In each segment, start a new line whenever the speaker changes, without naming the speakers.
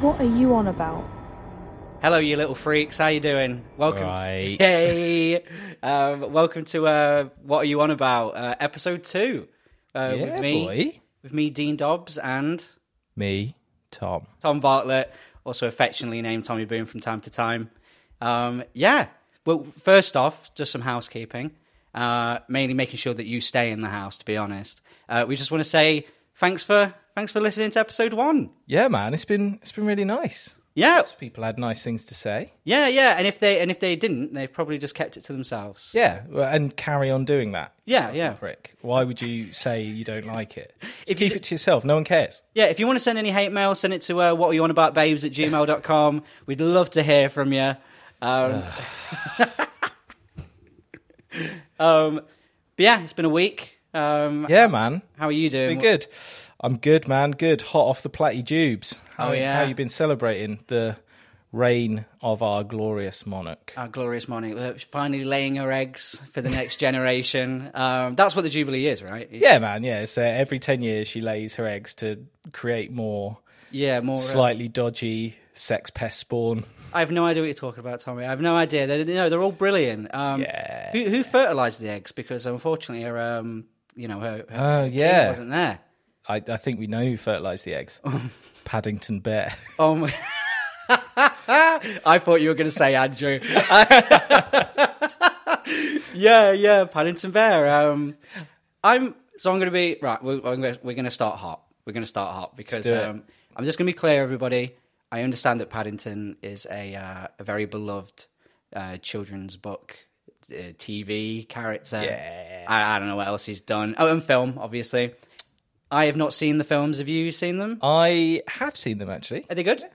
What are you on about?
Hello, you little freaks. How you doing? Welcome.
Right.
To- hey. Um, welcome to uh, what are you on about? Uh, episode two uh, with me,
boy.
with me, Dean Dobbs, and
Me, Tom.
Tom Bartlett, also affectionately named Tommy Boone from time to time. Um, yeah. Well, first off, just some housekeeping. Uh, mainly making sure that you stay in the house. To be honest, uh, we just want to say thanks for thanks for listening to episode one.
Yeah, man, it's been it's been really nice.
Yeah,
People had nice things to say.
yeah, yeah. And if they and if they didn't, they probably just kept it to themselves.
Yeah, well, and carry on doing that.
Yeah, yeah.
Prick. Why would you say you don't like it? Just
If you
keep
d-
it to yourself. No one cares.
Yeah, if you want to send any hate mail, send it to uh, what are you on about babes at gmail.com. We'd love to hear from you. Um, um, but yeah, it's been a week. Um,
Yeah, man.
How are you doing?
Been good. I'm good, man. Good. Hot off the platty jubes. How,
Oh, yeah.
How you been celebrating the reign of our glorious monarch?
Our Oh, glorious morning. We're finally laying our eggs for the next generation. Um, that's what the Jubilee is, right?
Yeah, man. Yeah. So every ten years she lays her eggs to create more
Yeah, more. uh,
slightly dodgy sex pest spawn.
I have no idea what you're talking about, Tommy. I have no idea. They're, no, they're all brilliant. Um,
Yeah.
Who, who fertilized the eggs? Because unfortunately, her, um, you know, her, her
Oh
king
yeah,
wasn't there.
I, I think we know who fertilised the eggs. Paddington Bear.
Oh my. I thought you were going to say Andrew. yeah, yeah, Paddington Bear. Um, I'm so I'm going to be right. We're, I'm gonna, we're going to start hot. We're going to start hot because
Let's do it.
um, I'm just going to be clear, everybody. I understand that Paddington is a, uh, a very beloved uh, children's book, uh, TV character.
Yeah.
I, I don't know what else he's done. Oh, and film, obviously. I have not seen the films. Have you seen them?
I have seen them actually.
Are they good?
Oh.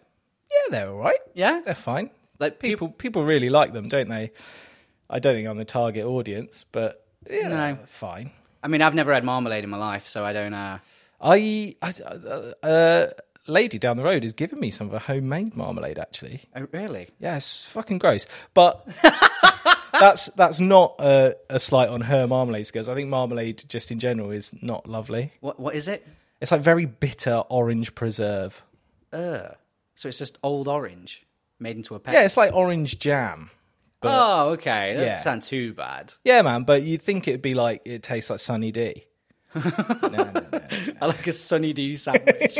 Yeah, they're all right.
Yeah.
They're fine.
Like people.
People people really like them, don't they? I don't think I'm the target audience, but yeah,
No.
they're fine.
I mean, I've never had marmalade in my life, so I don't. Uh,
I, I uh, lady down the road has given me some of her homemade marmalade actually.
oh, really?
Yeah, it's fucking gross. But that's that's not a, a slight on her marmalade skills. I think marmalade just in general is not lovely.
What What is it?
It's like very bitter orange preserve.
Uh, so it's just old orange made into a pet.
Yeah, it's like orange jam.
oh, okay. That
Yeah.
doesn't sound too bad.
Yeah, man, but you'd think it'd be like it tastes like Sunny D. no, no, no.
I like a Sunny D sandwich.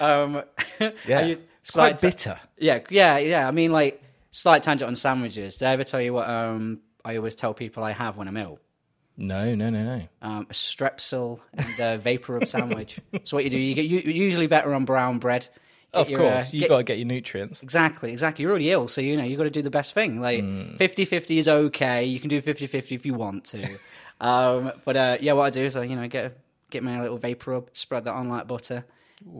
um,
Yeah.
I use
it's quite
slight-
bitter.
Yeah, yeah, yeah. I mean, like slight tangent on sandwiches. Did I ever tell you what um, I always tell people I have when I'm ill?
No, no, no, no.
um, a strepsil and a vapor rub sandwich. so what you do, you get you usually better on brown bread. Get
Of
your, uh,
course, you
get-
got to get your nutrients.
exactly, exactly. You're already ill, so you know you got to do the best thing. Like 50-50 is okay. You can do 50-50 if you want to. um, but uh, yeah, what I do is I you know get a, get my little vapor rub, spread that on like butter,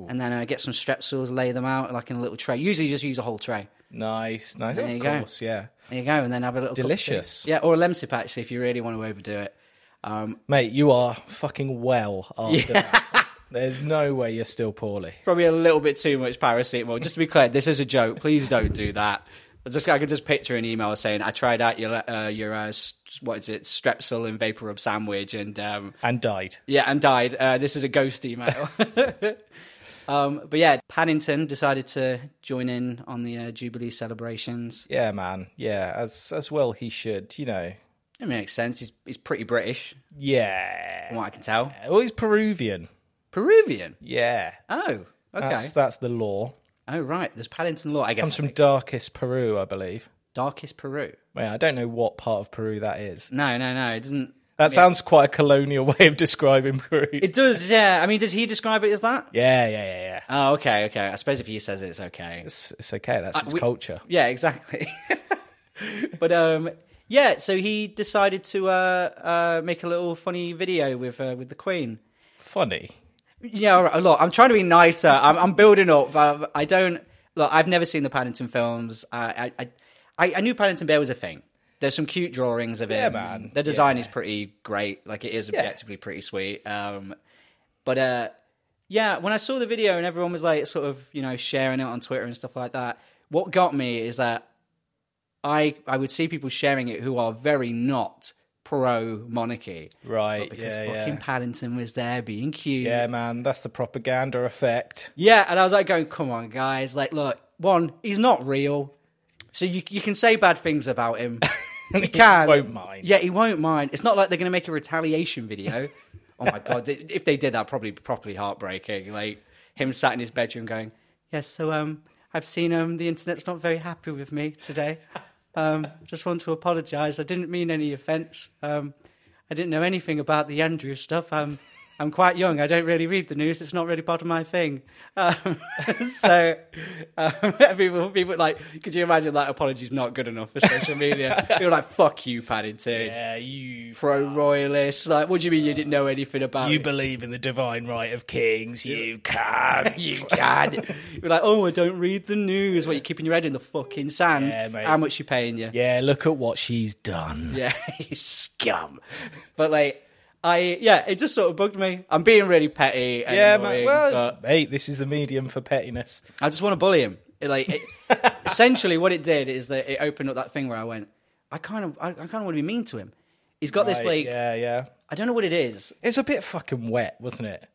and then I get some strepsils, lay them out like in a little tray. Usually, just use a whole tray.
Nice, nice.
There
of
you go.
course, yeah.
There you go, and then have a little cup of tea.
Delicious.
Yeah, or a lemsip actually if you really want to overdo it. Um,
Mate, you are fucking well after that. There's no way you're still poorly.
probably a little bit too much paracetamol. Just to be clear, this is a joke. Please don't do that. I just I can just picture an email saying I tried out your uh, your uh, s- what is it strepsil and vapor rub sandwich and um,
And died.
yeah and died. Uh, this is a ghost email. um, but yeah, Paddington decided to join in on the uh, Jubilee celebrations.
Yeah, man. Yeah, as as well he should, you know.
It makes sense. He's he's pretty British,
Yeah.
from what I can tell.
Well, he's Peruvian.
Peruvian.
Yeah.
Oh, okay.
That's that's the law.
Oh right, there's Paddington law. I guess
Comes from darkest Peru, I believe.
darkest Peru.
Well, I don't know what part of Peru that is.
No, no, no. It doesn't.
That sounds quite a colonial way of describing Peru.
It does, yeah. I mean, does he describe it as that?
yeah, yeah, yeah, yeah.
Oh, okay, okay. I suppose if he says it, it's okay.
It's, it's okay. That's
Uh,
its
we-
culture.
Yeah, exactly. but um, yeah. So he decided to uh, uh, make a little funny video with uh, with the Queen.
Funny.
Yeah, all right, look, I'm trying to be nicer. I'm, I'm building up. But I don't look. I've never seen the Paddington films. I I I, I knew Paddington Bear was a thing. There's some cute drawings of it.
Yeah, man.
The design is pretty great. Like it is objectively pretty sweet. Um, but uh, yeah, when I saw the video and everyone was like, sort of, you know, sharing it on Twitter and stuff like that. What got me is that I I would see people sharing it who are very not pro monarchy.
Right.
But because
yeah,
fucking
yeah.
Paddington was there being cute.
yeah, man. That's the propaganda effect.
Yeah, and I was like, going, come on, guys. Like, look, one, he's not real. So you, you can say bad things about him. You can.
won't mind.
Yeah, he won't mind. It's not like they're going to make a retaliation video. oh my God. they- If they did that, probably properly heartbreaking. Like, him sat in his bedroom going, yes, so um, I've seen um, the internet's not very happy with me today. Um, just want to apologize. I didn't mean any offense. Um, I didn't know anything about the Andrew stuff. I'm I'm quite young. I don't really read the news. It's not really part of my thing. Um, so um, people, people like, could you imagine that apology's not good enough for social media? You're like, fuck you, Paddington,
Yeah, you
pro royalist. Like, what do you mean you didn't know anything about
you
it?
believe in the divine right of kings. You can't.
you can. You're like, oh, I don't read the news. What, you're keeping your head in the fucking sand?
Yeah, mate.
How much you paying you?
Yeah, look at what she's done.
Yeah, you scum. But like, I yeah, it just sort of bugged me. I'm being really petty. And
Yeah,
annoying,
man. Well,
but
hey, this is the medium for pettiness.
I just want to bully him. It, like, it, essentially, what it did is that it opened up that thing where I went, I kind of, I, I kind of want to be mean to him. He's got this
Right,
like,
yeah, yeah.
I don't know what it is.
It's a bit fucking wet, wasn't it?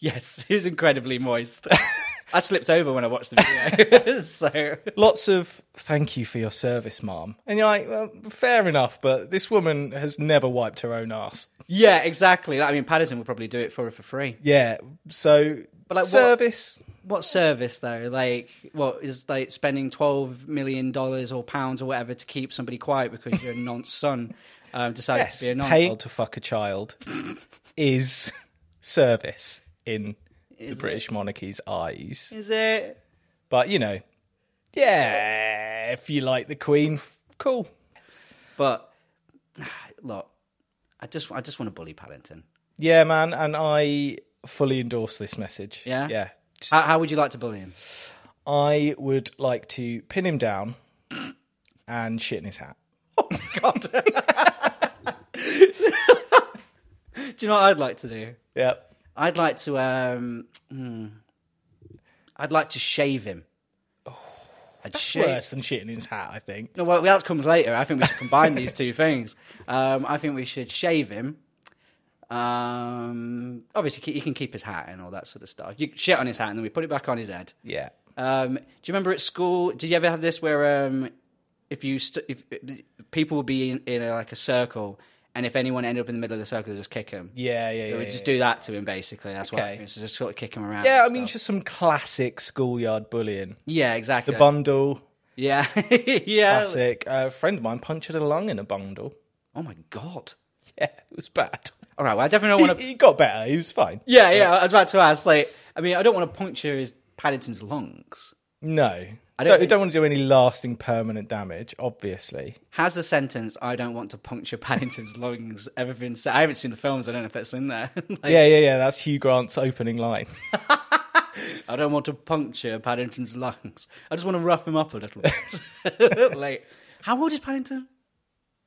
Yes, he's incredibly moist. I slipped over when I watched the video, so
Lots of thank you for your service, mom. And you're like, well, fair enough, but this woman has never wiped her own ass.
yeah, exactly. Like, I mean, Patterson will probably do it for her for free.
Yeah, so but
like, what-
service.
What service though? Like, what is like spending twelve million dollars or pounds or whatever to keep somebody quiet because your nonce son um, decided
Yes,
to be a nonce?
paying to fuck a child is service in the British monarchy's eyes.
Is it?
But you know, yeah, if you like the Queen, f- cool.
But look, I just I just want to bully Paddington.
Yeah, man, and I fully endorse this message.
Yeah?
yeah.
How, how would you like to bully him?
I would like to pin him down and shit in his hat.
God. do you know what I'd like to do?
Yep.
I'd like to um, hmm. I'd like to shave him. Oh, I'd shave.
Worse than shit in his hat, I think.
No, well, that comes later. I think we should combine these two things. Um, I think we should shave him. Um, obviously, ke- he can keep his hat and all that sort of stuff. You shit on his hat, and then we put it back on his head.
Yeah.
Um, do you remember at school? Did you ever have this where um, if you st- if people would be in, in a, like a circle, and if anyone ended up in the middle of the circle, they'd just kick him.
Yeah, yeah,
They
yeah.
would
yeah.
just do that to him. Basically, that's what
Okay.
I think. So just sort of kick him around.
yeah, I
and
mean,
stuff.
just some classic schoolyard bullying.
yeah, exactly.
The bundle,
yeah, yeah.
classic. A friend of mine punctured a lung in a bundle.
Oh my god.
Yeah, it was bad.
All right. Well, I definitely don't
He,
want to.
he got better. He was fine.
Yeah, yeah. I was about to ask. Like, I mean, I don't want to puncture his Paddington's lungs.
No. I
I
don't,
don't
don't,
think-
want to do any lasting permanent damage, obviously.
Has the sentence "I don't want to puncture Paddington's lungs" ever been said? I haven't seen the films. I don't know if that's in there. Like,
Yeah, yeah, yeah. That's Hugh Grant's opening line.
I don't want to puncture Paddington's lungs. I just want to rough him up a little bit. like, how old is Paddington?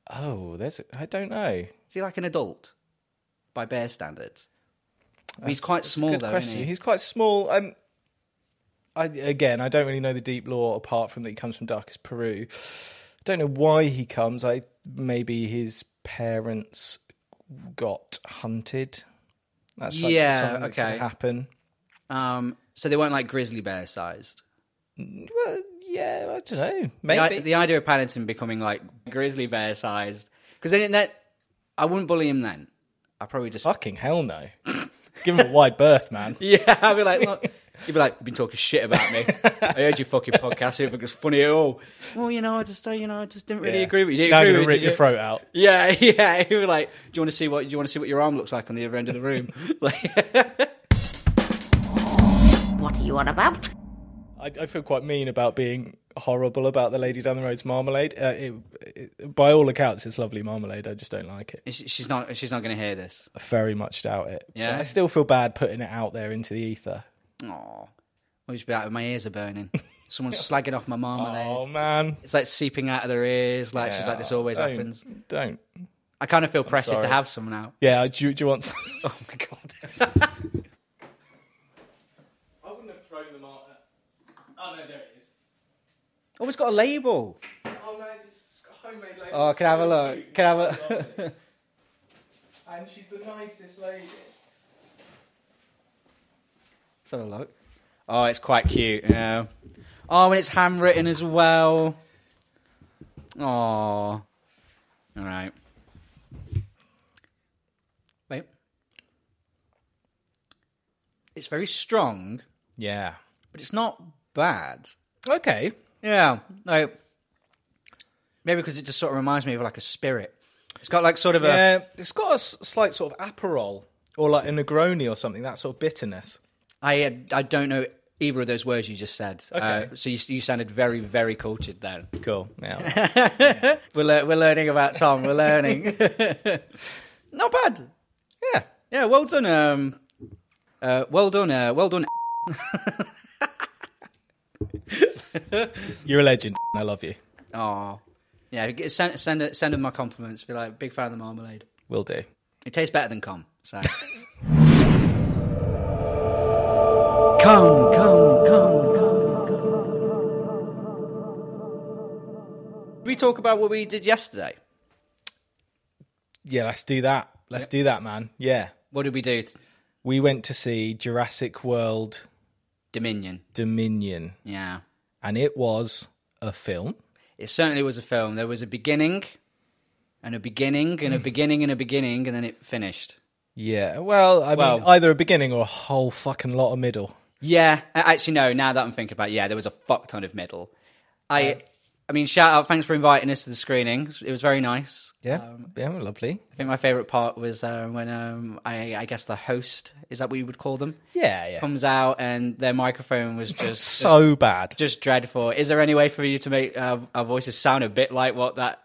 oh, there's. I don't know.
Is he like an adult by bear standards? He's quite
That's a
small
good
though,
question.
isn't he?
He's quite small. Um, I again, I don't really know the deep lore apart from that he comes from darkest Peru. I don't know why he comes. I maybe his parents got hunted. That's like
Yeah,
something that could
okay.
happen.
Um, so they weren't like grizzly bear sized.
Well, yeah, I don't know.
The,
Maybe
i- the idea of Paddington becoming like grizzly bear sized because then it- that I wouldn't bully him then. I probably just
fucking hell no. Give him a wide berth, man.
yeah. I'd be like, look, you'd be like, you've been talking shit about me. I heard your fucking podcast. I didn't think it was funny at all. Well, you know, I just, uh, you know, I just didn't really
Yeah.
agree with you. Didn't
Now I'm
agree
gonna
with
rip
did
your
you?
throat out.
Yeah, yeah. He was like, "Do you want to see what? Do you want to see what your arm looks like on the other end of the room?" like,
What are you on about?
I, I feel quite mean about being horrible about the lady down the road's marmalade. Uh, it, it, by all accounts, it's lovely marmalade. I just don't like it.
sh- she's not. She's not going to hear this.
I very much doubt it. But
Yeah?
I still feel bad putting it out there into the ether.
Oh, I just be out. My ears are burning. Someone's slagging off my marmalade.
Oh man,
It's like seeping out of their ears. Like she's like, "This always
Don't-
happens."
Don't.
I kind of feel pressured to
sorry.
have some now.
Yeah, do, you- do you want? Some?
Oh my god.
I wouldn't have thrown them out. Oh no, there it is.
Oh, it's got a label.
Oh no, it's homemade label.
Oh, can I have a look? Can I have a?
and she's the nicest lady.
Let's have a look. Oh, it's quite cute. Yeah. Oh, and it's handwritten as well. Oh. All right. Wait. It's very strong,
Yeah.
but it's not bad.
Okay.
Yeah. No. Maybe because it just sort of reminds me of like a spirit. It's got like sort of a
Yeah, it's got a s- slight sort of Aperol or like a Negroni or something, that sort of bitterness.
I I don't know either of those words you just said.
Okay.
Uh, so you, you sounded very very cultured then.
Cool. Yeah.
We're lear we're learning about Tom. We're learning. Not bad.
yeah.
Yeah. Well done. Um. Uh. Well done. Uh. Well done.
You're a legend. I love you.
Oh. Yeah. g- Send send send him my compliments. Be like big fan of the marmalade.
Will do.
It tastes better than com. So. come come come come come. We talk about what we did yesterday.
Yeah, let's do that. Let's do that, man. Yeah.
What did we do? t-
We went to see Jurassic World
Dominion.
Dominion,
Yeah.
and it was a film.
It certainly was a film. There was a beginning, and a beginning, and a beginning, and a beginning, and then it finished.
Yeah. Well, I mean,
Well-
either a beginning or a whole fucking lot of middle.
Yeah, a- actually, no. Now that I'm thinking about, it, yeah, there was a fuck ton of middle. I, I mean, shout out, thanks for inviting us to the screening. It was very nice.
Yeah. Um, yeah, lovely.
I think my favorite part was um, when um, I, I guess the host is that what you would call them
Yeah, yeah.
comes out and their microphone was just
So bad.
just dreadful. Is there any way for you to make uh, our voices sound a bit like what that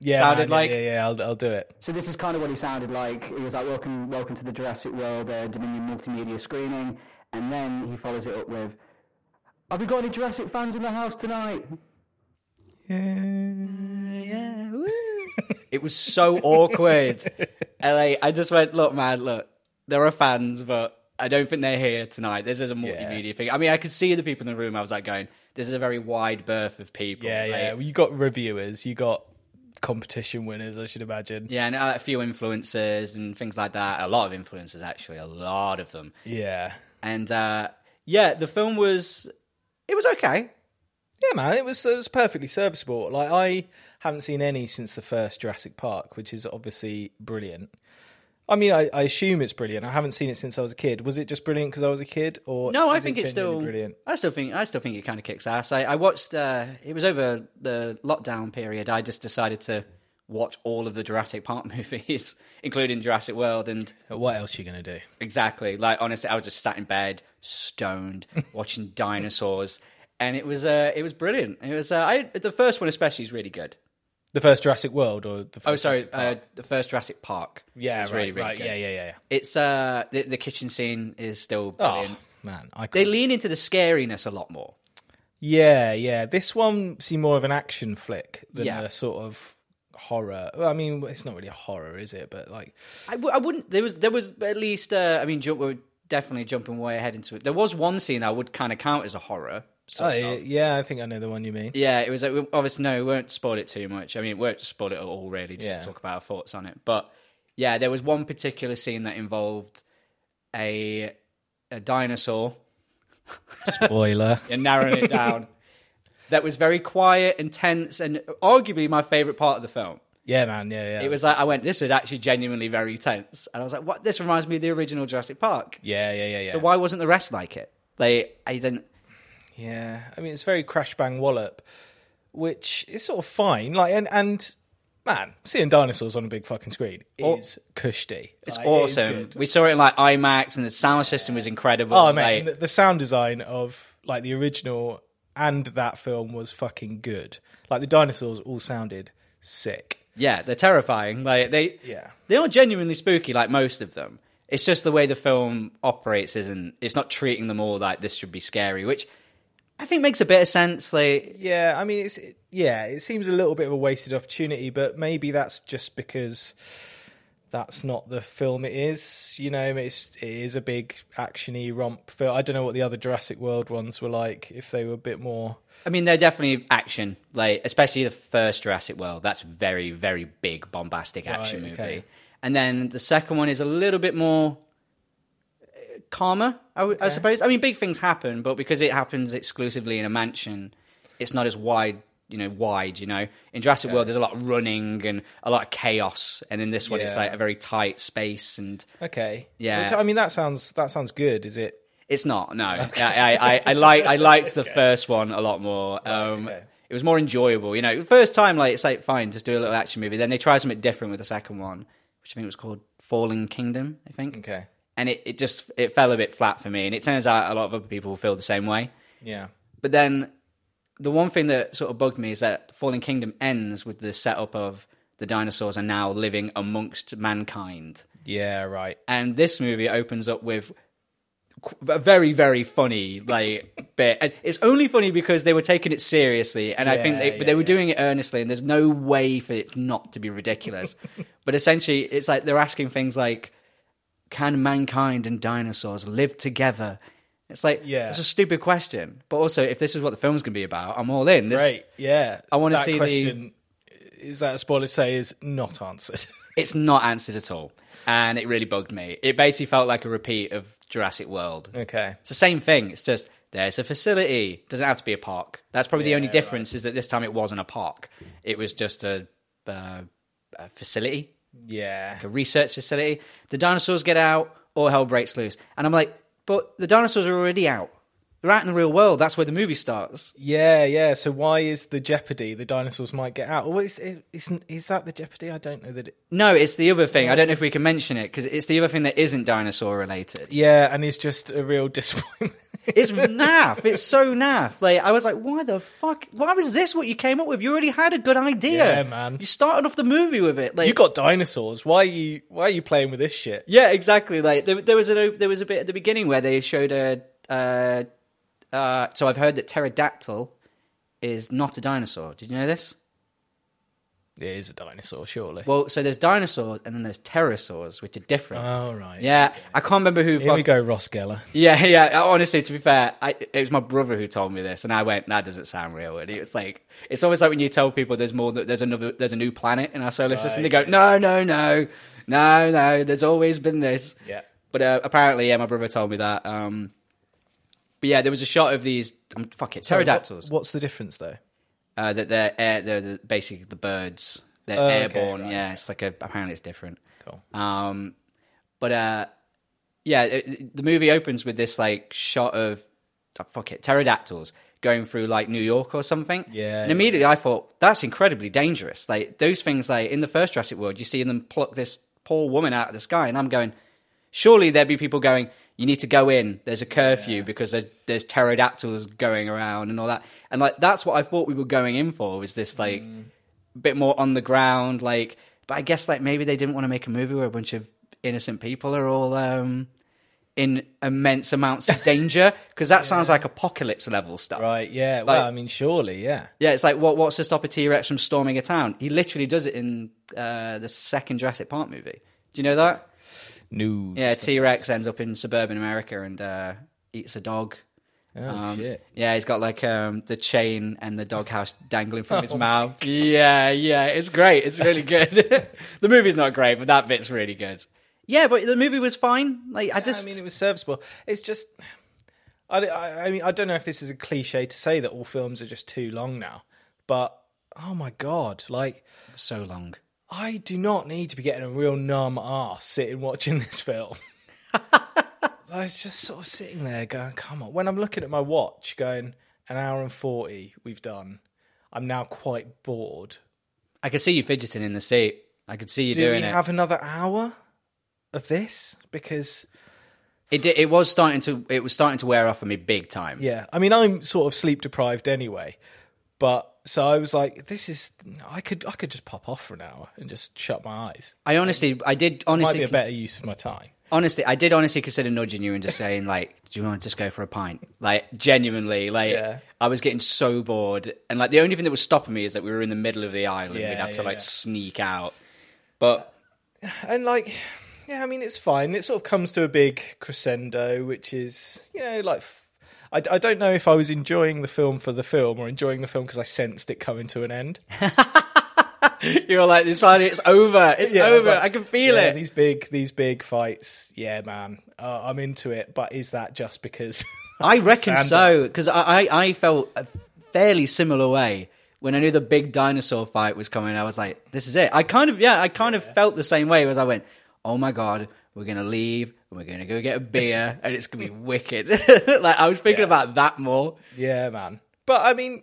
Yeah,
sounded
man,
like?
Yeah, yeah, yeah, I'll, I'll do it.
So this is kind of what he sounded like. He was like, "Welcome, welcome to the Jurassic World uh, Dominion multimedia screening," and then he follows it up with, "Have we got any Jurassic fans in the house tonight?"
It was so awkward. And like, I just went, look, man, look, there are fans, but I don't think they're here tonight. This is a multimedia thing. I mean, I could see the people in the room. I was like, going, this is a very wide berth of people.
Yeah, yeah.
Like,
Well, you got reviewers, you got competition winners, I should imagine.
yeah, and uh, a few influencers and things like that. A lot of influencers, actually, a lot of them.
Yeah.
And uh, yeah, the film was, it was okay.
Yeah, man, it was it was perfectly serviceable. Like I haven't seen any since the first Jurassic Park, which is obviously brilliant. I mean, I, I assume it's brilliant. I haven't seen it since I was a kid. Was it just brilliant because I was a kid, or
No, I
is it
think it's
genuinely
still
brilliant?
I still think I still think it kind of kicks ass. I, I watched. Uh, it was over the lockdown period. I just decided to watch all of the Jurassic Park movies, including Jurassic World, and
What else are you gonna do?
exactly like honestly, I was just sat in bed, stoned, watching dinosaurs, and it was uh, it was brilliant. It was uh, I the first one especially is really good.
The first Jurassic World, or the first
Oh, sorry,
Jurassic Park?
uh, the first Jurassic Park.
yeah,
was
right, right, yeah, yeah, yeah. yeah.
It's uh, the, the kitchen scene is still brilliant.
Oh man, I
They
can't-
lean into the scariness a lot more.
yeah, yeah. This one seemed more of an action flick than
Yeah.
a sort of horror. Well, I mean, it's not really a horror, is it? But like,
I, w- I wouldn't. There was there was at least. Uh, I mean, jump, we're definitely jumping way ahead into it. There was one scene I would kind of count as a horror.
oh,
sort of.
yeah, yeah, I think I know the one you mean.
yeah, it was. Like, we- obviously, no, we won't spoil it too much. I mean, we won't spoil it at all, really. Just
Yeah.
talk about our thoughts on it. But yeah, there was one particular scene that involved a a dinosaur
Spoiler.
and narrowing it down. That was very quiet and tense, and arguably my favorite part of the film.
yeah, man. Yeah, yeah.
It was like I went, "This is actually genuinely very tense," and I was like, "What? This reminds me of the original Jurassic Park."
Yeah, yeah, yeah, yeah.
So why wasn't the rest like it? They, I didn't.
yeah, I mean, it's very crash bang wallop, which is sort of fine. Like, and and man, seeing dinosaurs on a big fucking screen is cushy.
It's
Like, it is
awesome.
good.
we saw it in like IMAX, and the sound system was incredible.
oh man,
Like,
the, the sound design of like the original and that film was fucking good. Like the dinosaurs all sounded sick.
yeah, they're terrifying. Like they,
Yeah.
they are genuinely spooky. Like most of them, it's just the way the film operates. Isn't it's not treating them all like this should be scary, which I think makes a bit of sense. Like,
Yeah, I mean, it's it- yeah, it seems a little bit of a wasted opportunity, but maybe that's just because that's not the film it is. You know, it's it is a big actiony romp film. I don't know what the other Jurassic World ones were like if they were a bit more.
I mean, they're definitely action. Like, especially the first Jurassic World. That's very, very big, bombastic action movie.
okay.
and then the second one is a little bit more uh, calmer, I, w- I suppose. I mean, big things happen, but because it happens exclusively in a mansion, it's not as wide. You know, wide. You know, in Jurassic World, there's a lot of running and a lot of chaos, and in this one, it's
Yeah.
like a very tight space, and
Okay.
Yeah.
Which, I mean, that sounds that sounds good. Is it?
It's not. No, I, I, I, I like I liked the first one a lot more. Um,
okay.
It was more enjoyable. You know, first time like it's like fine, just do a little action movie. Then they tried something different with the second one, which I think was called Fallen Kingdom. I think.
Okay.
And it, it just it fell a bit flat for me, and it turns out a lot of other people feel the same way.
Yeah.
But then the one thing that sort of bugged me is that Fallen Kingdom ends with the setup of the dinosaurs are now living amongst mankind
Yeah. Right.
and this movie opens up with qu- a very very funny like bit and it's only funny because they were taking it seriously and i think
Yeah,
they, but
yeah,
they were
yeah.
doing it earnestly and there's no way for it not to be ridiculous but essentially it's like they're asking things like can mankind and dinosaurs live together it's like
Yeah.
it's a stupid question but also if this is what the film's going to be about i'm all in this,
Great. Yeah.
I wanna
That
see the-
question, Is that a spoiler? to Say is not answered.
it's not answered at all and it really bugged me it basically felt like a repeat of jurassic world
okay.
It's the same thing. It's just there's a facility. Doesn't have to be a park. That's probably the only
right.
difference is that this time it wasn't a park. It was just a, uh, a facility,
Yeah.
a research facility. The dinosaurs get out, all hell breaks loose. And I'm like, but the dinosaurs are already out. They're out in the real world. That's where the movie starts.
Yeah. Yeah. So why is the jeopardy the dinosaurs might get out? Or is it, is, is that the jeopardy? I don't know that. It,
No, it's the other thing. I don't know if we can mention it because it's the other thing that isn't dinosaur related.
yeah, and it's just a real disappointment.
It's naff. It's so naff. Like I was like, why the fuck? Why was this what you came up with? You already had a good idea,
Yeah, man.
You started off the movie with it. Like
you got dinosaurs. Why are you Why are you playing with this shit?
yeah, exactly. Like there, there was a there was a bit at the beginning where they showed a. Uh, uh, so I've heard that pterodactyl is not a dinosaur. Did you know this?
It is a dinosaur, surely.
Well, so there's dinosaurs and then there's pterosaurs, which are different.
All right.
yeah, I can't remember who.
Ah. Here we
fuck-
go, Ross Geller.
Yeah, yeah. Honestly, to be fair, I, it was my brother who told me this, and I went, "That doesn't sound real." And it was like, it's always like when you tell people there's more, that there's another, there's a new planet in our solar system. They go, "No, no, no, no, no." There's always been this.
Yeah.
But uh, apparently, yeah, my brother told me that. Um, but yeah, there was a shot of these. Um, fuck it, pterodactyls.
What- what's the difference, though?
Uh, that they're air, they're the, basically the birds. They're
Oh, okay,
airborne.
right.
Yeah, it's like a. Apparently, it's different.
Cool.
Um, but uh, yeah, it- it- the movie opens with this like shot of oh, fuck it pterodactyls going through like New York or something.
Yeah,
and immediately I thought that's incredibly dangerous. Like those things, like in the first Jurassic World, you see them pluck this poor woman out of the sky, and I'm going, surely there'd be people going. You need to go in. There's a curfew because there's, there's pterodactyls going around and all that. And like that's what I thought we were going in for was this like
Mm.
bit more on the ground, like. But I guess like maybe they didn't want to make a movie where a bunch of innocent people are all um, in immense amounts of danger because that sounds like apocalypse level stuff.
Right. Yeah.
Like-
well, I mean, surely, yeah.
Yeah, it's like what what's to stop a T Rex from storming a town? He literally does it in uh, the second Jurassic Park movie. Do you know that?
No.
Yeah, T Rex ends up in suburban America and uh, eats a dog.
Oh
Um,
shit.
Yeah, he's got like um, the chain and the doghouse dangling
Oh
from his mouth. Yeah, yeah, it's great. It's really good. the movie's not great, but that bit's really good. Yeah, but the movie was fine. Like I just
I mean, it was serviceable. It's just, I, I, I mean, I don't know if this is a cliche to say that all films are just too long now, but oh my god, like
so long.
I do not need to be getting a real numb ass sitting watching this film. I was just sort of sitting there going, come on. When I'm looking at my watch, going an hour and forty, we've done. I'm now quite bored.
I could see you fidgeting in the seat. I could see you
Do we
doing it.
have another hour of this? Because
It did, it was starting to it was starting to wear off on me big time.
Yeah, I mean, I'm sort of sleep deprived anyway, but so I was like, this is I could I could just pop off for an hour and just shut my eyes.
I honestly, I did
Might
honestly,
be a better use of my time.
honestly, I did honestly consider nudging you and just saying like, "Do you want to just go for a pint?" Like genuinely, like
Yeah.
I was getting so bored, and like the only thing that was stopping me is that we were in the middle of the island.
Yeah,
We'd have to
yeah,
like
yeah.
sneak out, but
And like, yeah, I mean, it's fine. It sort of comes to a big crescendo, which is you know like. f- I, I don't know if I was enjoying the film for the film or enjoying the film because I sensed it coming to an end.
You're like, this party, it's over. It's
Yeah,
over.
but-
I can feel
yeah,
it.
These big, these big fights. Yeah, man, uh, I'm into it. But is that just because?
I reckon
Standard.
so because I, I I felt a fairly similar way when I knew the big dinosaur fight was coming. I was like, this is it. I kind of yeah, I kind of felt the same way as I went. Oh my god, we're gonna leave and we're gonna go get a beer and it's gonna be wicked. like I was thinking
Yeah.
about that more.
yeah, man. But I mean,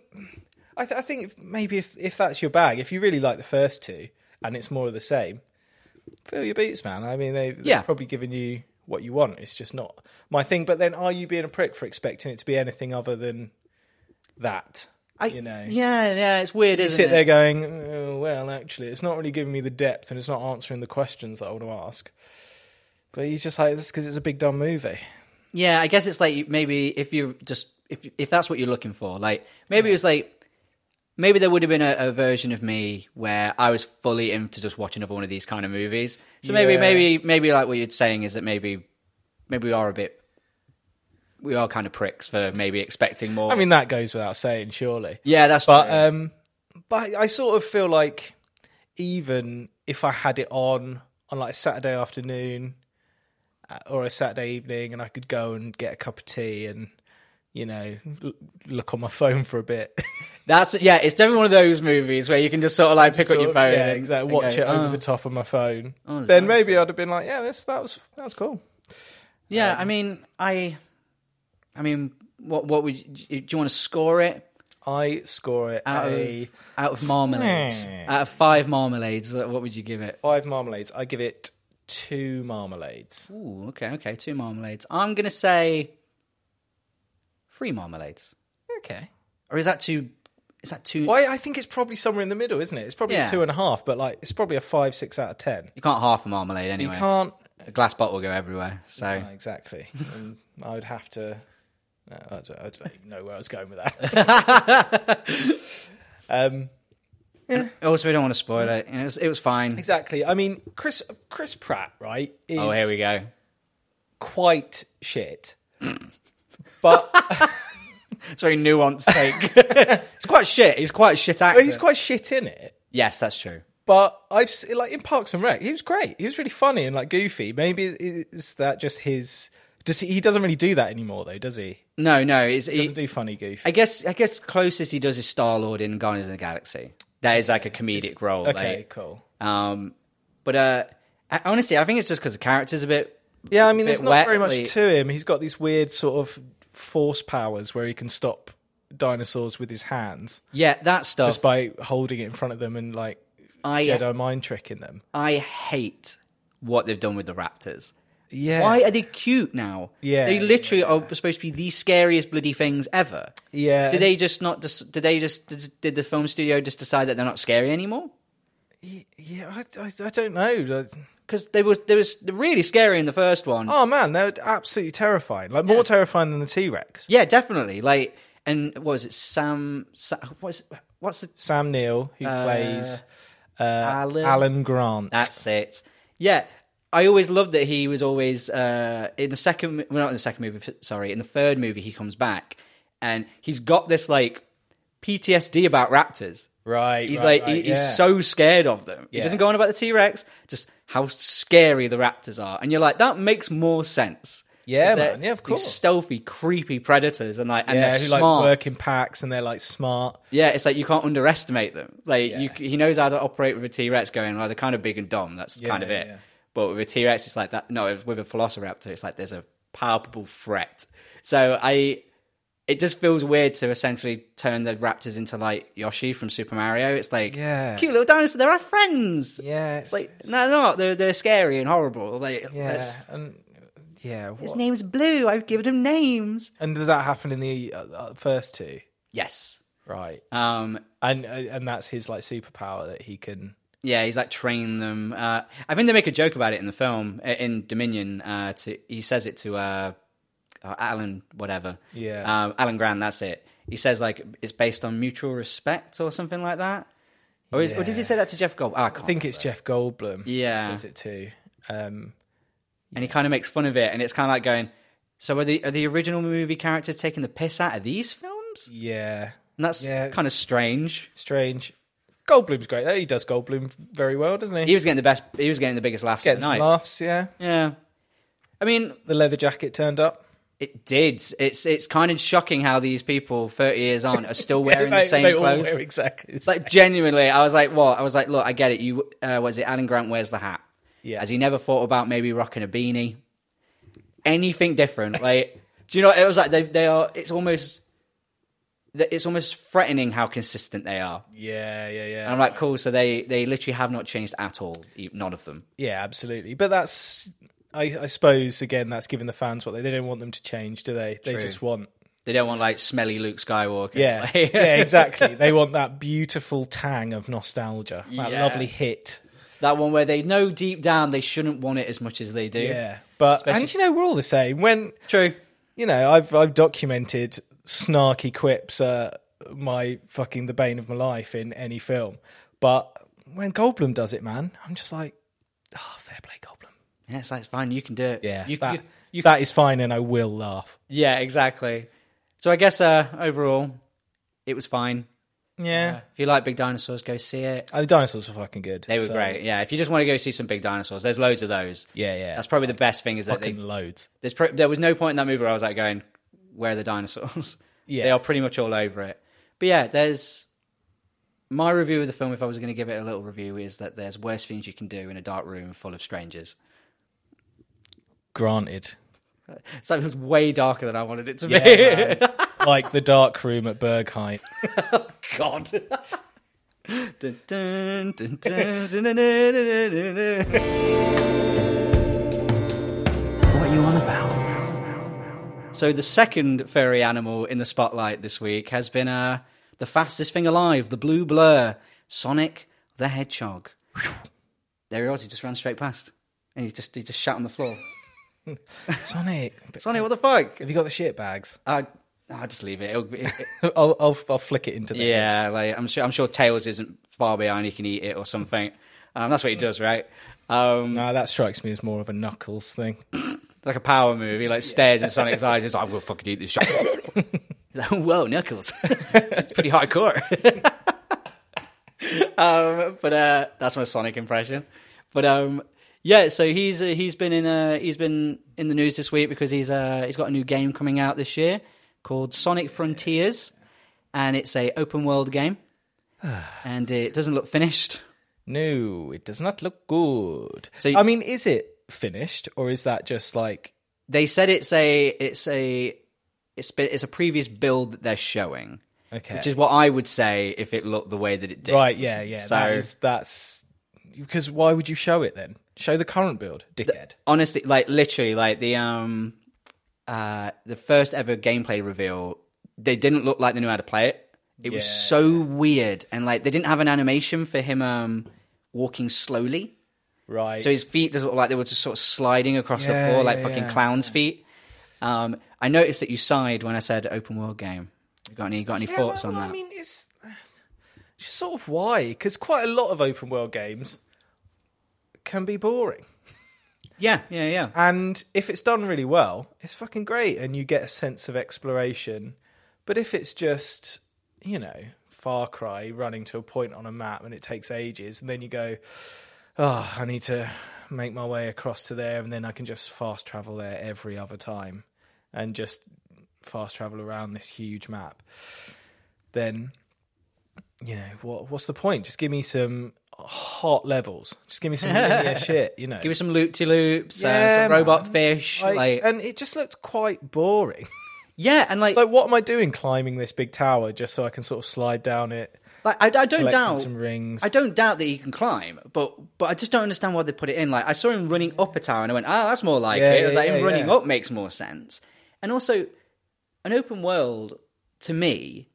I, th- I think if- maybe if if that's your bag, if you really like the first two and it's more of the same, fill your boots, man. I mean, they've,
Yeah.
they've probably given you what you want. It's just not my thing. But then, are you being a prick for expecting it to be anything other than that?
I,
you know,
yeah, yeah, it's weird,
you
isn't
sit
it?
there going, oh, well, actually, it's not really giving me the depth and it's not answering the questions that I want to ask. But he's just like, this because it's a big dumb movie.
Yeah, I guess it's like you- maybe if you just if if that's what you're looking for, like maybe it was like maybe there would have been a, a version of me where I was fully into just watching another one of these kind of movies. So maybe
Yeah.
maybe maybe like what you're saying is that maybe maybe we are a bit we are kind of pricks for maybe expecting more.
I mean, that goes without saying, surely.
yeah, that's
But
true.
um, but I sort of feel like even if I had it on on like a Saturday afternoon uh, or a Saturday evening, and I could go and get a cup of tea and you know l- look on my phone for a bit,
that's yeah, it's definitely one of those movies where you can just sort of like pick up your
Sort
phone,
of, yeah,
and-
exactly,
and
watch
go,
it over
"Oh."
the top of my phone,
it's
then
nice,
maybe I'd have been like, yeah, this that was that was cool.
Yeah, I mean, I, I mean, what what would you, do you want to score it?
I score it
out
a
of out of marmalades, out of five marmalades, uh, what would you give it?
five marmalades. I give it two marmalades.
Ooh, okay, okay, two marmalades. I'm gonna say three marmalades,
Okay.
or is that too? Is that too?
Why? I think it's probably somewhere in the middle, isn't it? It's probably
Yeah.
a two and a half, but like it's probably a five, six out of ten.
You can't half a marmalade
You
anyway.
can't
A glass bottle will go everywhere. So
Ah, exactly. and I would have to. No, I, don't, I don't even know where I was going with that. um,
also, we don't want to spoil it. It was, it was fine.
exactly. I mean, Chris Chris Pratt, right? Is
Oh, here we go.
quite shit. but
It's a very nuanced take. it's quite shit. He's quite a shit actor.
he's quite shit in it.
yes, that's true.
But I've s- like in Parks and Rec, he was great. He was really funny and like goofy. Maybe is that just his? Does he? He doesn't really do that anymore, though, does he?
No, no. It's,
He
it,
doesn't do funny goofy.
I guess I guess closest he does is Star Lord in Guardians of the Galaxy. That is like a comedic role.
okay,
like,
cool.
um, but uh, I- honestly, I think it's just because the character's a bit.
Yeah, I mean, there's
bit
not very
wetly-
much to him. He's got these weird sort of force powers where he can stop dinosaurs with his hands
Yeah, that stuff.
just by holding it in front of them and like
I
Jedi mind tricking them.
I hate what they've done with the Raptors.
Yeah,
Why are they cute now?
Yeah,
they
yeah,
literally are supposed to be the scariest bloody things ever.
Yeah.
Do they just not? Dis- did they just? Did, did the film studio just decide that they're not scary anymore?
yeah, I, I, I don't know.
Because they were they was really scary in the first one.
Oh man, they're absolutely terrifying. Like more terrifying than the T Rex.
Yeah, definitely. Like, and what was it? Sam. Sam what's what's the
Sam Neill, who plays uh,
Alan-
Alan, Grant.
That's it. Yeah. I always loved that he was always uh, in the second, well, not in the second movie, f- sorry, in the third movie, he comes back and he's got this like PTSD about raptors.
right.
He's
right,
like,
right,
he-
yeah.
he's so scared of them. He
Yeah.
doesn't go on about the T Rex, just how scary the raptors are. And you're like, that makes more sense.
Yeah,
'Cause they're
man. Yeah, of
These
course.
stealthy, creepy predators, and like, and
yeah,
they're
who
smart.
like work in packs and they're like smart.
Yeah, it's like you can't underestimate them. Like you,
Yeah.
he knows how to operate with a T Rex. Going, well, they're kind of big and dumb. That's kind of
yeah,
it.
yeah.
But with a T Rex, it's like that. No, with a Velociraptor, it's like there's a palpable threat. So I, it just feels weird to essentially turn the raptors into like Yoshi from Super Mario. It's like
Yeah.
cute little dinosaur. They're our friends.
Yeah,
It's like no, they're not. They're they're scary and horrible. Like
yeah,
that's-
and yeah.
his
What?
name's Blue. I've given him names.
And does that happen in the uh, uh, first two?
Yes.
Right,
Um,
and uh, and that's his like superpower that he can.
Yeah, he's like train them. Uh, I think they make a joke about it in the film uh, in Dominion. Uh, to he says it to uh, uh, Alan, whatever.
Yeah.
um, Alan Grant. That's it. He says like it's based on mutual respect or something like that. Or, is, or does he
Yeah.
say that to Jeff Gold? Ah, I can't.
I think it's Jeff Goldblum.
Yeah.
says it too. Um,
and he kind of makes fun of it, and it's kind of like going. So are the are the original movie characters taking the piss out of these films?
yeah,
And that's
Yeah, it's-
kind of strange.
strange. Goldblum's great. though. He does Goldblum very well, doesn't he?
He was getting the best. He was getting the biggest laughs at
Gets
night.
laughs. Yeah.
Yeah, I mean,
The leather jacket turned up.
it did. It's it's kind of shocking how these people thirty years on are still wearing
They-
the same
they all
clothes.
wear exactly. the
Like genuinely, I was like, "What?" I was like, "Look, I get it. You, uh, was it Alan Grant wears the hat?
Yeah.
As he never thought about maybe rocking a beanie, anything different. Like, do you know? It was like they they are. It's almost, it's almost threatening how consistent they are.
same- Yeah, yeah, yeah.
And I'm like, cool. So they they literally have not changed at all. e- None of them.
Yeah, absolutely. But that's, I, I suppose, again, that's giving the fans what they, they don't want them to change, do they? They
True.
just want,
They don't want like smelly Luke Skywalker.
yeah,
Like-
yeah, exactly. They want that beautiful tang of nostalgia, that
Yeah.
lovely hit.
that one where they know deep down they shouldn't want it as much as they do.
Yeah, but and you know we're all the same. When
True.
you know, I've I've documented snarky quips, uh, my fucking the bane of my life in any film. But when Goldblum does it, man, I'm just like, oh, fair play, Goldblum.
Yeah, it's like it's fine. You can do it.
Yeah,
You,
that,
you, you
that is fine, and I will laugh.
Yeah, exactly. So I guess uh, overall, it was fine.
Yeah.
If you like big dinosaurs, go see it.
Uh, The dinosaurs were fucking good.
They were
so-
great. Yeah, if you just want to go see some big dinosaurs, there's loads of those.
Yeah, yeah.
That's probably the best thing is that they,
fucking loads.
there's pro- there was no point in that movie where I was like going, where are the dinosaurs?
Yeah.
they are pretty much all over it. But yeah, there's my review of the film. If I was going to give it a little review, is that there's worse things you can do in a dark room full of strangers.
Granted.
So it was way darker than I wanted it to be.
Yeah, man. like the dark room at Bergheim.
God. Dun, dun, dun, dun, dun, dun, dun, dun, dun, dun.
What are you on about?
So the second furry animal in the spotlight this week has been uh, the fastest thing alive, the blue blur, Sonic the Hedgehog. There he was. He just ran straight past, and he just he just shat on the floor.
Sonic,
Sonic, what the fuck?
have you got the shit bags?
I I just leave it. It'll, be- it, it-
I'll, I'll, I'll flick it into the
yeah, like I'm sure I'm sure Tails isn't far behind. He can eat it or something. Um, that's what he does, right? Um,
No, that strikes me as more of a Knuckles thing.
like a power move. He like stares in Sonic's eyes. He's like, "I'm gonna fucking eat this shit." He's like, Whoa, Knuckles! it's pretty hardcore. um, but uh, that's my Sonic impression. But um, yeah, so he's uh, he's been in uh, he's been in the news this week because he's uh, he's got a new game coming out this year called Sonic Frontiers, and it's a open world game, and it doesn't look finished.
No, it does not look good.
So you-
I mean, is it finished or is that just like
They said it's a it's a it's been, it's a previous build that they're showing.
okay?
Which is what I would say if it looked the way that it did.
right, yeah, yeah.
So
that is, that's because why would you show it then? Show the current build, dickhead.
honestly, like literally, like the um, uh, the first ever gameplay reveal, they didn't look like they knew how to play it. It was
Yeah.
so weird, and like they didn't have an animation for him um walking slowly,
right.
so his feet just looked like they were just sort of sliding across
Yeah,
the floor like
yeah,
fucking
yeah.
clowns' feet. Um, I noticed that you sighed when I said open world game. You got any? you Got any
Yeah,
thoughts
well,
on that?
I mean, it's it's sort of why, because quite a lot of open world games can be boring,
yeah, yeah, yeah.
and if it's done really well, it's fucking great, and you get a sense of exploration. But if it's just, you know, Far Cry running to a point on a map and it takes ages, and then you go, oh, I need to make my way across to there, and then I can just fast travel there every other time, and just fast travel around this huge map. Then, you know, what what's the point? Just give me some hot levels. Just give me some linear shit. You know,
Give me some loop to loops, uh,
Yeah,
some robot
man.
fish,
like,
like
and it just looked quite boring.
yeah, and like
like, what am I doing climbing this big tower just so I can sort of slide down it,
Like I, I don't
collecting
doubt
some rings?
I don't doubt that he can climb, but but I just don't understand why they put it in. Like I saw him running up a tower, and I went, "Ah, that's more like
Yeah,
it." I was
yeah,
like,
yeah,
"Him running
yeah.
up makes more sense." And also, an open world to me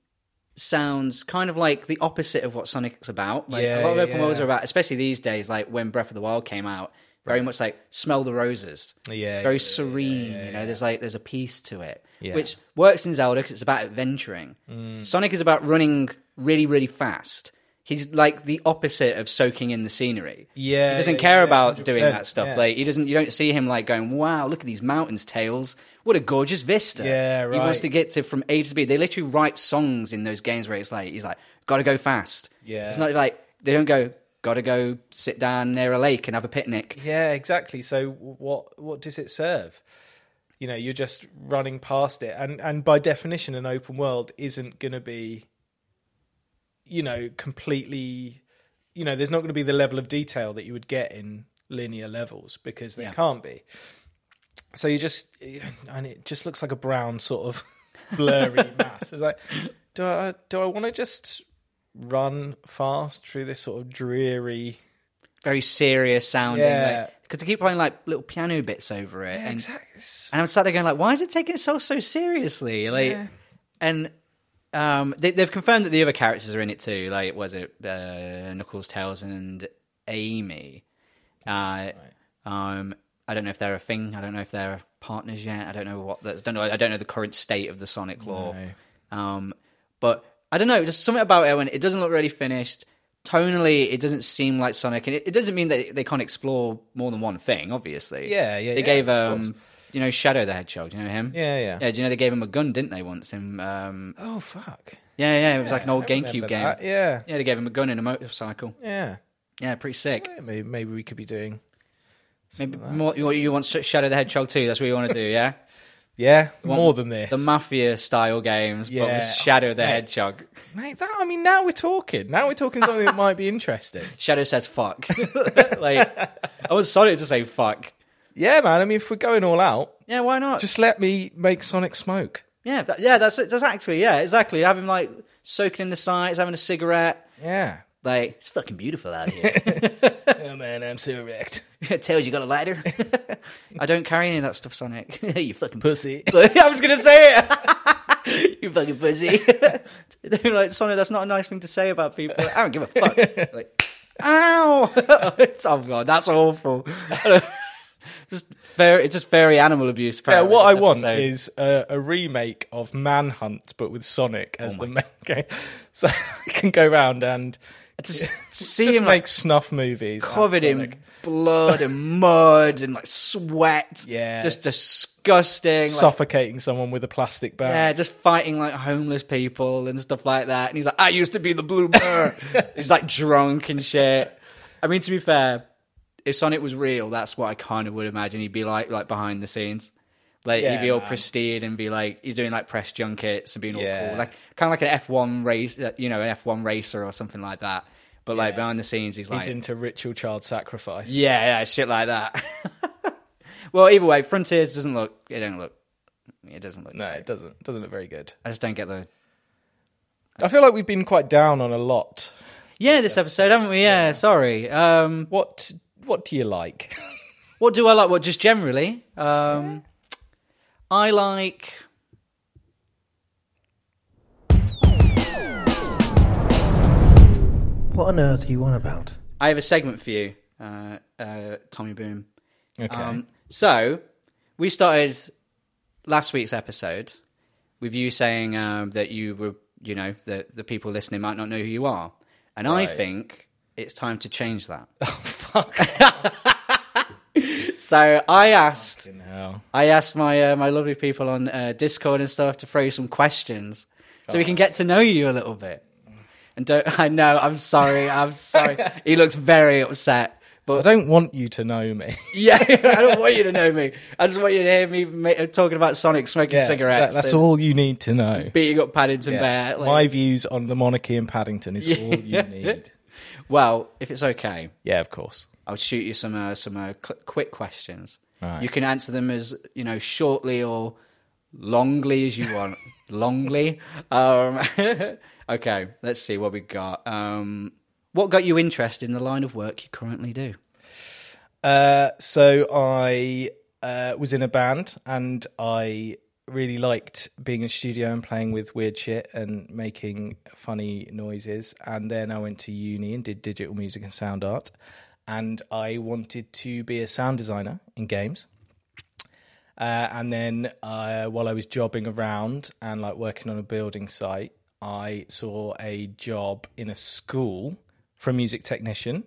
sounds kind of like the opposite of what Sonic's about. Like a
Yeah,
lot of
yeah,
open worlds
yeah.
are about, especially these days. Like when Breath of the Wild came out, very much like smell the roses.
Yeah,
very
yeah,
serene. you know, there's like there's a peace to it,
Yeah. Mm.
which works in Zelda because it's about adventuring. Sonic is about running really, really fast. He's like the opposite of soaking in the scenery.
Yeah,
he doesn't
yeah,
care
yeah,
about doing
100%,
that stuff.
yeah.
Like he doesn't. You don't see him like going, "Wow, look at these mountains, tails! What a gorgeous vista!"
Yeah,
He wants
right.
to get to from A to B. They literally write songs in those games where it's like he's like, "Gotta go fast."
Yeah.
it's not like They don't go. Gotta go sit down near a lake and have a picnic.
Yeah, exactly. So what what does it serve? You know, you're just running past it, and and by definition, an open world isn't going to be, you know, completely. You know, there's not going to be the level of detail that you would get in linear levels because there
Yeah.
can't be. So you just and it just looks like a brown sort of blurry mass. It's like, do I do I want to just run fast through this sort of dreary
Very serious sounding.
Yeah.
Because I keep playing like little piano bits over it, and
exactly
and I'm sat there going like, why is it taking itself so seriously? Like, and um, they, they've confirmed that the other characters are in it too. Like, was it uh, Knuckles, Tails, and Amy? Uh, um, I don't know if they're a thing. I don't know if they're partners yet. I don't know what that's. Don't know. I don't know the current state of the Sonic lore. Um, but I don't know. Just something about it when it doesn't look really finished. Tonally, it doesn't seem like Sonic, and it, it doesn't mean that they can't explore more than one thing. Obviously,
Yeah, yeah,
They
yeah,
gave
of
um, you know, Shadow the Hedgehog. Do you know him?
Yeah, yeah.
Yeah, do you know they gave him a gun, didn't they, once? In, um,
Oh fuck.
yeah, yeah, it was like an old
I remember
GameCube game.
that. Yeah.
Yeah, they gave him a gun and a motorcycle.
Yeah.
Yeah, pretty sick.
Yeah, Maybe, maybe we could be doing.
Maybe more, you, you want Shadow the Hedgehog too? That's what you want to do, yeah?
Yeah, more than this.
The mafia style games, but
Yeah.
with Shadow the
Mate.
Hedgehog.
Mate, that I mean, now we're talking. Now we're talking something that might be interesting.
Shadow says fuck. like, I was sorry to say fuck.
Yeah, man. I mean, if we're going all out,
Yeah, why not?
just let me make Sonic smoke.
yeah, that, yeah, that's it. That's actually, yeah, exactly. Have him like soaking in the sights, having a cigarette.
Yeah.
Like, it's fucking beautiful out here.
Oh man, I'm so wrecked.
Tails, you got a lighter? I don't carry any of that stuff, Sonic. you fucking
Pussy.
I was gonna say it. you fucking pussy. They're like, Sonic, that's not a nice thing to say about people. I don't give a fuck. Like, ow! It's- oh god, that's awful. just very, it's just very animal abuse.
Yeah,
Apparently,
what I
this
want
episode.
is a, a remake of Manhunt, but with Sonic
Oh
as the main game, so I can go round and
to s- see
just
him
make
like
snuff movies. as
covered in
Sonic.
blood and mud and like sweat.
Yeah.
just disgusting. like,
suffocating someone with a plastic bag.
Yeah, just fighting like homeless people and stuff like that. And he's like, I used to be the blue bear. he's like drunk and shit. I mean, to be fair, if Sonic was real, that's what I kind of would imagine he'd be like, like behind the scenes. Like
Yeah,
he'd be all
man.
pristine and be like, he's doing like press junkets and being all
Yeah.
cool, like kind of like an F one race, uh, you know, an F one racer or something like that. But like behind the scenes, he's like,
He's into ritual child sacrifice.
yeah, yeah, shit like that. well, either way, Frontiers doesn't look. It don't look. It doesn't look.
No, it doesn't. Doesn't look very good.
I just don't get the
I feel like we've been quite down on a lot.
Yeah, this episode, haven't we? Yeah, sorry. Um,
What What do you like?
what do I like? What just generally? Um, I like.
What on earth are you on about?
I have a segment for you, uh, uh, Tommy Boom.
Okay.
Um, so we started last week's episode with you saying um, that you were, you know, that the people listening might not know who you are, and I think it's time to change that. fuck. so I asked.
no.
I asked my uh, my lovely people on uh, Discord and stuff to throw you some questions so we can get to know you a little bit. And don't I know? I'm sorry. I'm sorry. he looks very upset.
I
But
don't want you to know me.
yeah, I don't want you to know me. I just want you to hear me ma- talking about Sonic smoking
Yeah,
cigarettes.
that- that's
and
all you need to know.
Beating up Paddington
Yeah.
Bear. Like,
My views on the monarchy in Paddington is all you need.
Well, if it's okay,
Yeah, of course.
I'll shoot you some uh, some uh, cl- quick questions.
Right.
You can answer them as you know shortly or longly as you want. longly. Um, okay, let's see what we got. Um, what got you interested in the line of work you currently do?
Uh, so I uh, was in a band and I really liked being in studio and playing with weird shit and making funny noises. And then I went to uni and did digital music and sound art. And I wanted to be a sound designer in games. Uh, and then uh, while I was jobbing around and like working on a building site, I saw a job in a school for a music technician.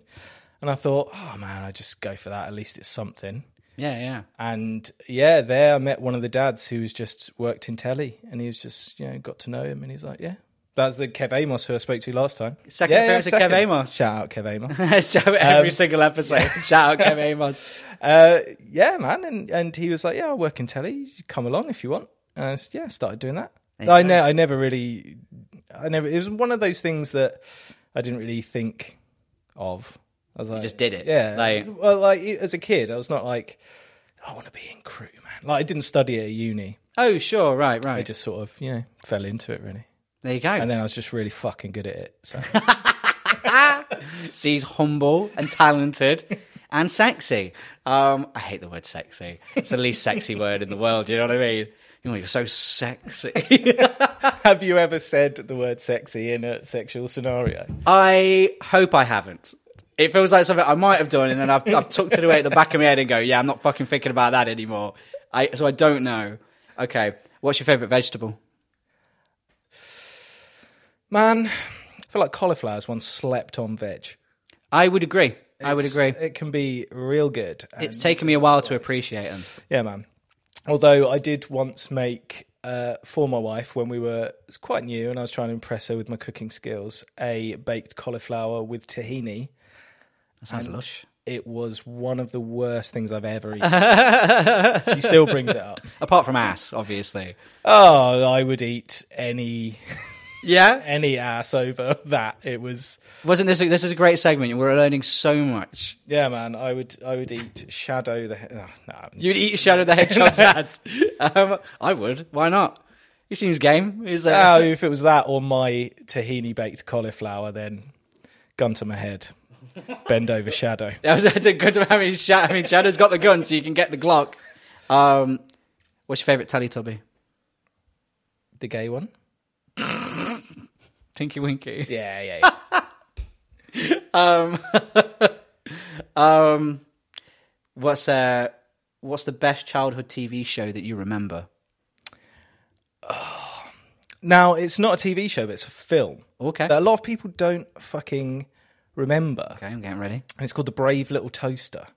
And I thought, oh man, I just go for that. At least it's something.
Yeah, yeah.
And yeah, there I met one of the dads who was just worked in telly and he was just, you know, got to know him and he's like, yeah, That's the Kev Amos who I spoke to last time.
Second appearance of Kev
second.
Amos.
Shout out Kev Amos.
Shout out
Um,
every single episode. Shout out Kev Amos.
uh, yeah, man. And, and he was like, yeah, I work in telly. You should Come along if you want. And I s- yeah, started doing that. I, ne- I never really, I never, it was one of those things that I didn't really think of. I was like,
just did it.
Yeah.
Like-
well, like e, as a kid, I was not like, I want to be in crew, man. Like I didn't study at uni.
Oh, sure, right, right.
I just sort of, you know, fell into it really.
there you go.
And then I was just really fucking good at it. So
So he's humble and talented and sexy. Um, I hate the word sexy. It's the least sexy word in the world. You know what I mean? Oh, you're so sexy.
have you ever said the word sexy in a sexual scenario?
I hope I haven't. It feels like something I might have done, and then I've, I've tucked it away at the back of my head and go, "Yeah, I'm not fucking thinking about that anymore." I, so I don't know. Okay, what's your favorite vegetable?
Man, I feel like cauliflower's one slept on veg.
I would agree. I would
It's-
agree.
It can be real good. And-
It's taken me a while to appreciate them.
yeah, man. Although I did once make uh, for my wife when we were it's quite new and I was trying to impress her with my cooking skills a baked cauliflower with tahini.
That sounds lush.
It was one of the worst things I've ever eaten. she still brings it up.
Apart from ass, obviously.
Oh, I would eat any
Yeah.
any ass over that. It was
Wasn't this? A, this is a great segment. We're learning so much.
yeah, man. I would I would eat shadow the oh, no,
You'd eat Shadow the Hedgehog's ass. Um, I would. Why not? He seems game. He's, uh,
Oh, if it was that or my tahini baked cauliflower, then gun to my head, bend over shadow.
That was that's a good. I mean, Sha- I mean, Shadow's got the gun, so you can get the Glock. Um, what's your favorite Teletubby?
The gay one.
Tinky Winky.
Yeah, yeah. yeah.
Um, what's uh, what's the best childhood TV show that you remember?
now it's not a TV show, but it's a film
Okay.
that a lot of people don't fucking remember.
Okay, I'm getting ready.
And it's called The Brave Little Toaster.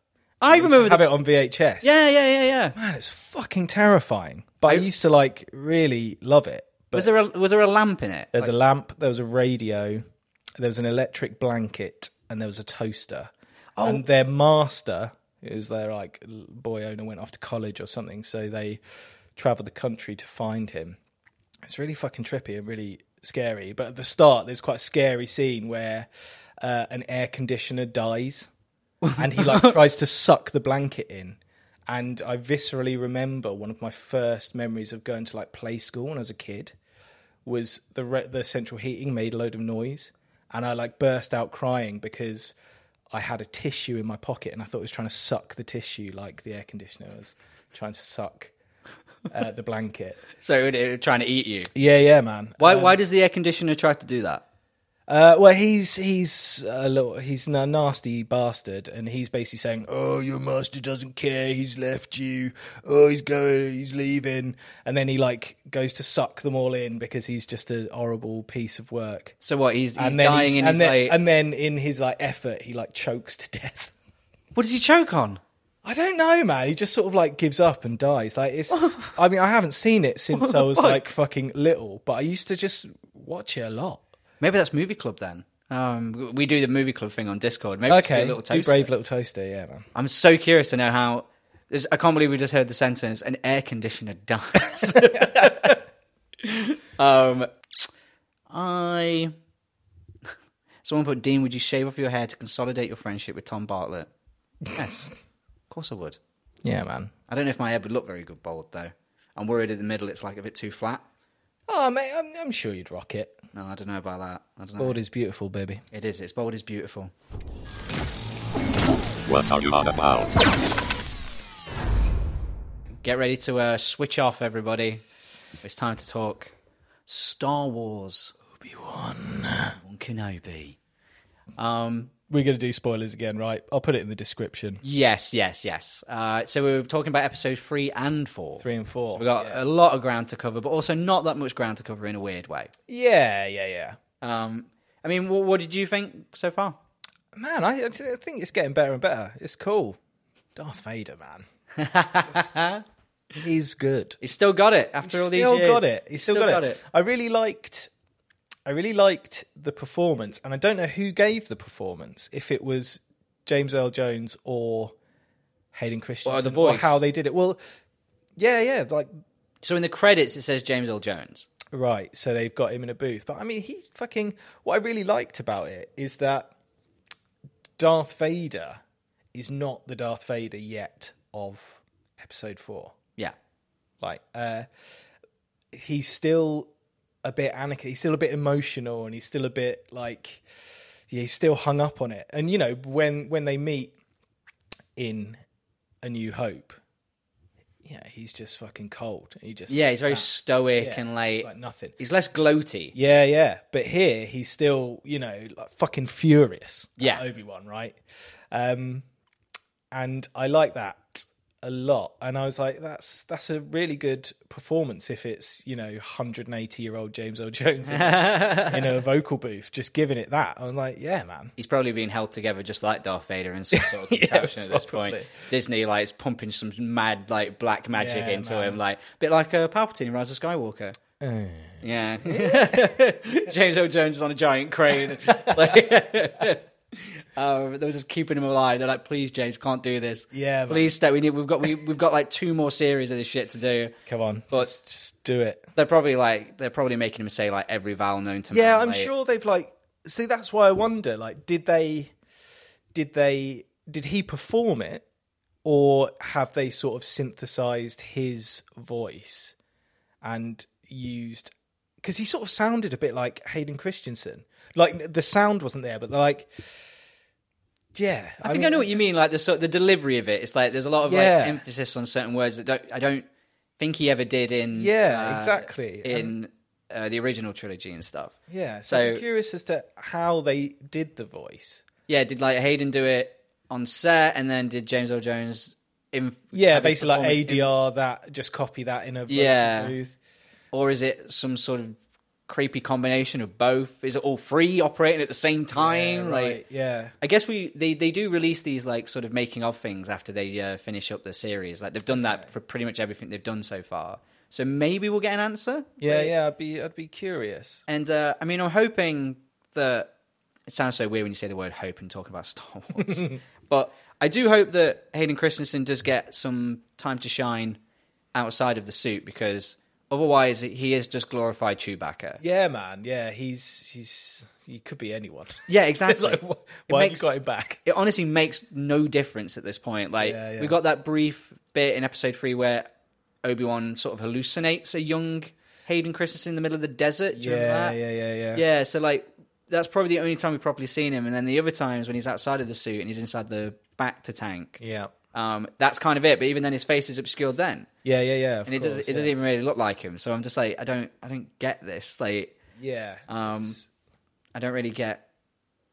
I remember.
Have
The-
it on VHS.
yeah, yeah, yeah, yeah.
man, it's fucking terrifying. But I, used to like really love it. But
Was there a was there a lamp in it?
there's a lamp, there was a radio, there was an electric blanket, and there was a toaster. And their master, it was their like l- boy owner, went off to college or something, so they travelled the country to find him. It's really fucking trippy and really scary. But at the start, there's quite a scary scene where uh, an air conditioner dies, and he like tries to suck the blanket in. And I viscerally remember one of my first memories of going to like play school when I was a kid was the re- the central heating made a load of noise, and I like burst out crying because I had a tissue in my pocket and I thought it was trying to suck the tissue like the air conditioner was trying to suck uh, the blanket.
So it, it, trying to eat you. Um,
Yeah, yeah, man.
Why why does the air conditioner try to do that?
Uh, well, he's he's a little he's a nasty bastard, and he's basically saying, "Oh, your master doesn't care. He's left you. Oh, he's going. He's leaving." And then he like goes to suck them all in because he's just a horrible piece of work.
So what? He's he's
and then
dying
he,
and,
and
he's
then,
like,
and then in his like effort, he like chokes to death.
what does he choke on?
I don't know, man. He just sort of like gives up and dies. Like it's. I mean, I haven't seen it since I was like fucking little, but I used to just watch it a lot.
Maybe that's movie club then. Um, we do the movie club thing on Discord. Maybe okay, do a little
do
toast.
brave little toaster, yeah, man.
I'm so curious to know how. there's- I can't believe we just heard the sentence: an air conditioner dies. um, I. Someone put Dean, would you shave off your hair to consolidate your friendship with Tom Bartlett? Yes, of course I would.
Yeah, man.
I don't know if my head would look very good bald though. I'm worried in the middle it's like a bit too flat.
Oh, mate, I'm, I'm sure you'd rock it.
No, I don't know about that. I don't know.
Board is beautiful, baby.
It is. It's bald is beautiful.
What are you on about?
Get ready to uh, switch off, everybody. It's time to talk Star Wars. Obi Wan. Kenobi. Um.
We're going to do spoilers again, right? I'll put it in the description.
Yes. Yes. Yes. Uh, so we were talking about episode three and four.
Three and four.
We got a lot of ground to cover, but also not that much ground to cover in a weird way.
yeah, yeah, yeah.
Um. I mean, what, what did you think so far?
Man, I, I th- I think it's getting better and better. It's cool. Darth Vader, man. He's good.
He's still got it after all these
still
years.
got it. He's still, got, it. I really liked I really liked the performance, and I don't know who gave the performance. If it was James Earl Jones or Hayden Christensen,
the voice.
how they did it. Well, yeah, yeah, like
So in the credits, it says James Earl Jones.
Right, so they've got him in a booth. But I mean, he's fucking. What I really liked about it is that Darth Vader is not the Darth Vader yet of episode four.
Yeah.
Like, uh, he's still a bit Anakin, he's still a bit emotional, and he's still a bit like, yeah, he's still hung up on it. And, you know, when, when they meet in A New Hope, yeah, he's just fucking cold. He just
Yeah, he's very stoic
Ah. yeah,
and
it's
like,
like nothing.
he's less gloaty.
Yeah, yeah. But here he's still, you know, like fucking furious. at
Yeah.
Obi-Wan, right? Um and I like that a lot. And I was like, that's that's a really good performance if it's, you know, 180 year old James Earl Jones in, in a vocal booth, just giving it that. I'm like, yeah, man.
He's probably being held together just like Darth Vader in some sort of contraption at this point.
probably.
Disney like is pumping some mad like black magic
Yeah,
into
man. Eh.
him, like a bit like uh, Palpatine in Rise of Skywalker. Yeah, James Earl Jones is on a giant crane. like, um, they were just keeping him alive. They're like, "Please, James, can't do this.
Yeah, man.
please stay. We need. We've got. We, we've got like two more series of this shit to do."
Come on.
But-
just, just do it.
They're probably like they're probably making him say like every vowel known to man.
Yeah, I'm
like-
sure they've like. Mm. See, that's why I wonder. Like, did they, did they, did he perform it, or have they sort of synthesized his voice and used? Because he sort of sounded a bit like Hayden Christensen. Like the sound wasn't there, but they're like, yeah.
I think I, know what you mean. Like the sort, the delivery of it. It's like there's a lot of
Yeah.
like emphasis on certain words that don't, I don't think he ever did in.
Yeah,
uh,
exactly.
In uh, the original trilogy and stuff.
Yeah, so, I'm
So
curious as to how they did the voice.
yeah, did like Hayden do it on set, and then did James Earl Jones? In,
Yeah,
have his
basically like
performance in-
ADR that, just copy that in a vocal
Yeah.
booth.
or is it some sort of creepy combination of both? Is it all three operating at the same
Yeah,
time?
right,
Like,
yeah.
I guess we they, they do release these like sort of making of things after they uh, finish up the series. Like they've done that for pretty much everything they've done so far. So maybe we'll get an answer.
Yeah, yeah, I'd be I'd be curious.
And uh, I mean, I'm hoping that it sounds so weird when you say the word hope and talking about Star Wars, but I do hope that Hayden Christensen does get some time to shine outside of the suit because otherwise he is just glorified Chewbacca. Yeah,
Yeah, man. Yeah, he's he's he could be anyone. It's
exactly.
like wh-
It
why have
makes-
you got him back?
it honestly makes no difference at this point. Like
Yeah, yeah.
we got that brief bit in episode three where Obi Wan sort of hallucinates a young Hayden Christensen in the middle of the desert. Do you remember
Yeah,
that?
yeah, yeah, yeah,
Yeah, so like that's probably the only time we've properly seen him, and then the other times when he's outside of the suit and he's inside the back to tank,
Yeah.
um, that's kind of it. But even then, his face is obscured then,
Yeah, yeah, yeah.
and it doesn't it doesn't even really look like him. So I'm just like, I don't I don't get this. Like
Yeah.
Um,
it's-
I don't really get.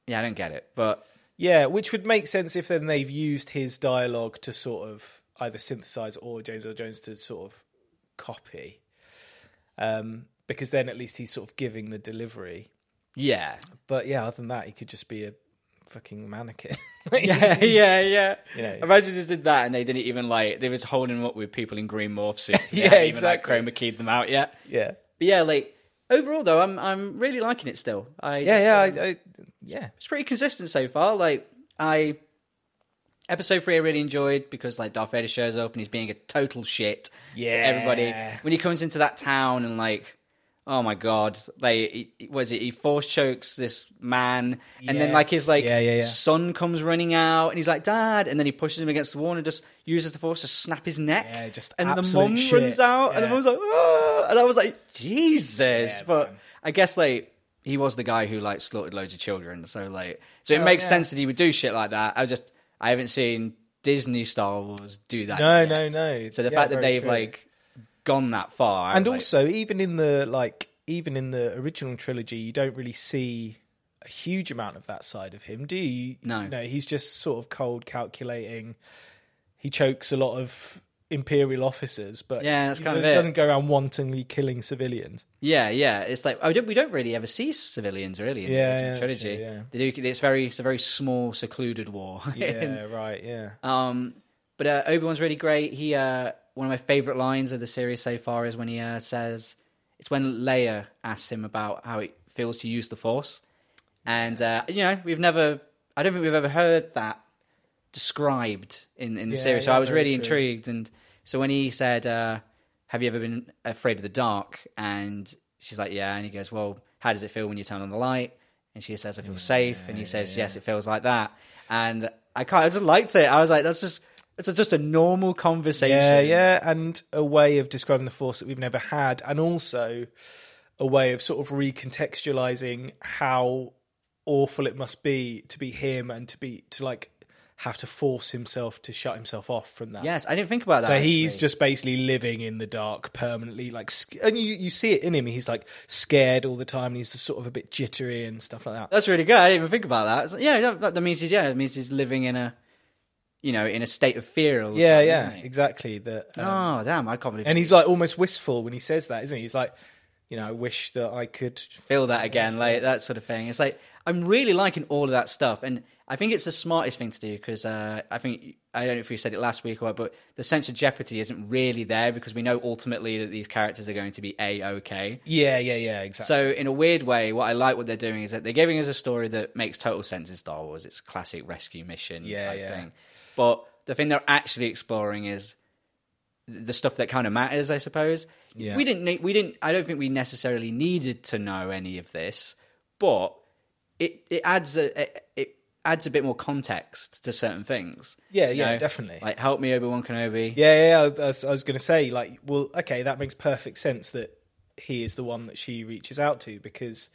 Yeah, I don't get it. But
yeah, which would make sense if then they've used his dialogue to sort of either synthesize or James Earl Jones to sort of copy. Um, because then at least he's sort of giving the delivery.
yeah,
But yeah, other than that, he could just be a fucking mannequin.
yeah, yeah, yeah.
know.
Imagine they just did that, and they didn't even like they was holding him up with people in green morph suits. They
Yeah,
hadn't even
exactly.
like chroma keyed them out yet.
yeah.
But yeah, like overall though, I'm I'm really liking it still. I
Yeah,
just,
yeah,
um,
I, I, yeah.
it's pretty consistent so far. Like I episode three, I really enjoyed because like Darth Vader shows up and he's being a total shit. to everybody
Yeah.
when he comes into that town and like. Oh my god! They he- was it? He force chokes this man, and then like
Yes.
his like
Yeah, yeah, yeah.
son comes running out, and he's like, "Dad!" And then he pushes him against the wall and just uses the force to snap his neck.
Yeah, just
and the
absolute
mum
shit.
runs out, and the
Yeah.
mum's like, "Ah!" and I was like, "Jesus!"
Yeah,
but
man.
I guess like he was the guy who like slaughtered loads of children, so like so it
Oh,
makes
yeah.
sense that he would do shit like that. I just I haven't seen Disney Star Wars do that.
No,
yet.
no, no.
So the
Yeah,
fact that
very
they've
true.
like gone that far, I
and
was like,
also even in the like even in the original trilogy you don't really see a huge amount of that side of him do you
No.
no he's just sort of cold calculating he chokes a lot of imperial officers but
Yeah, that's
he
kind of
doesn't-
it.
doesn't go around wantonly killing civilians
yeah, yeah. It's like oh, don't, we don't really ever see civilians really in
Yeah,
the
yeah,
original
that's
trilogy.
true, yeah.
They do. It's very it's a very small, secluded war.
yeah right yeah
Um, but uh, Obi Wan's really great. He uh, one of my favorite lines of the series so far is when he uh, says it's when Leia asks him about how it feels to use the force. And uh, you know, we've never I don't think we've ever heard that described in, in the
Yeah,
series. So
yeah,
I was
very
really
true.
intrigued and so when he said, uh, have you ever been afraid of the dark? And she's like, Yeah, and he goes, Well, how does it feel when you turn on the light? And she says, I feel safe and he says, Yes, it feels like that. And I can't I just liked it. I was like, that's just it's just a normal conversation.
Yeah, yeah, and a way of describing the force that we've never had, and also a way of sort of recontextualizing how awful it must be to be him and to be to like have to force himself to shut himself off from that.
Yes, I didn't think about that.
So he's
actually.
just basically living in the dark permanently, like, sc- and you, you see it in him. He's like scared all the time, and he's sort of a bit jittery and stuff like that.
That's really good. I didn't even think about that. It's like, yeah, that, that- that means he's yeah, it means he's living in a, you know, in a state of fear. All the
Yeah,
time,
yeah,
isn't he?
exactly. That um,
Oh damn, I can't believe
and he's like almost wistful when he says that, isn't he? He's like, you know, I wish that I could
feel that again, like that sort of thing. It's like I'm really liking all of that stuff, and I think it's the smartest thing to do because uh, I think I don't know if we said it last week or what, but the sense of jeopardy isn't really there because we know ultimately that these characters are going to be a okay.
Yeah, yeah, yeah, exactly.
So in a weird way, what I like what they're doing is that they're giving us a story that makes total sense in Star Wars. It's classic rescue mission
Yeah,
type
yeah.
thing. But the thing they're actually exploring is th- the stuff that kind of matters, I suppose.
Yeah.
We didn't need, we didn't I don't think we necessarily needed to know any of this, but it it adds a it, it adds a bit more context to certain things.
yeah,
you
yeah,
know?
definitely.
Like help me Obi-Wan Kenobi.
yeah, yeah, yeah, I was- I was, I was going to say, like, well, okay, that makes perfect sense that he is the one that she reaches out to because,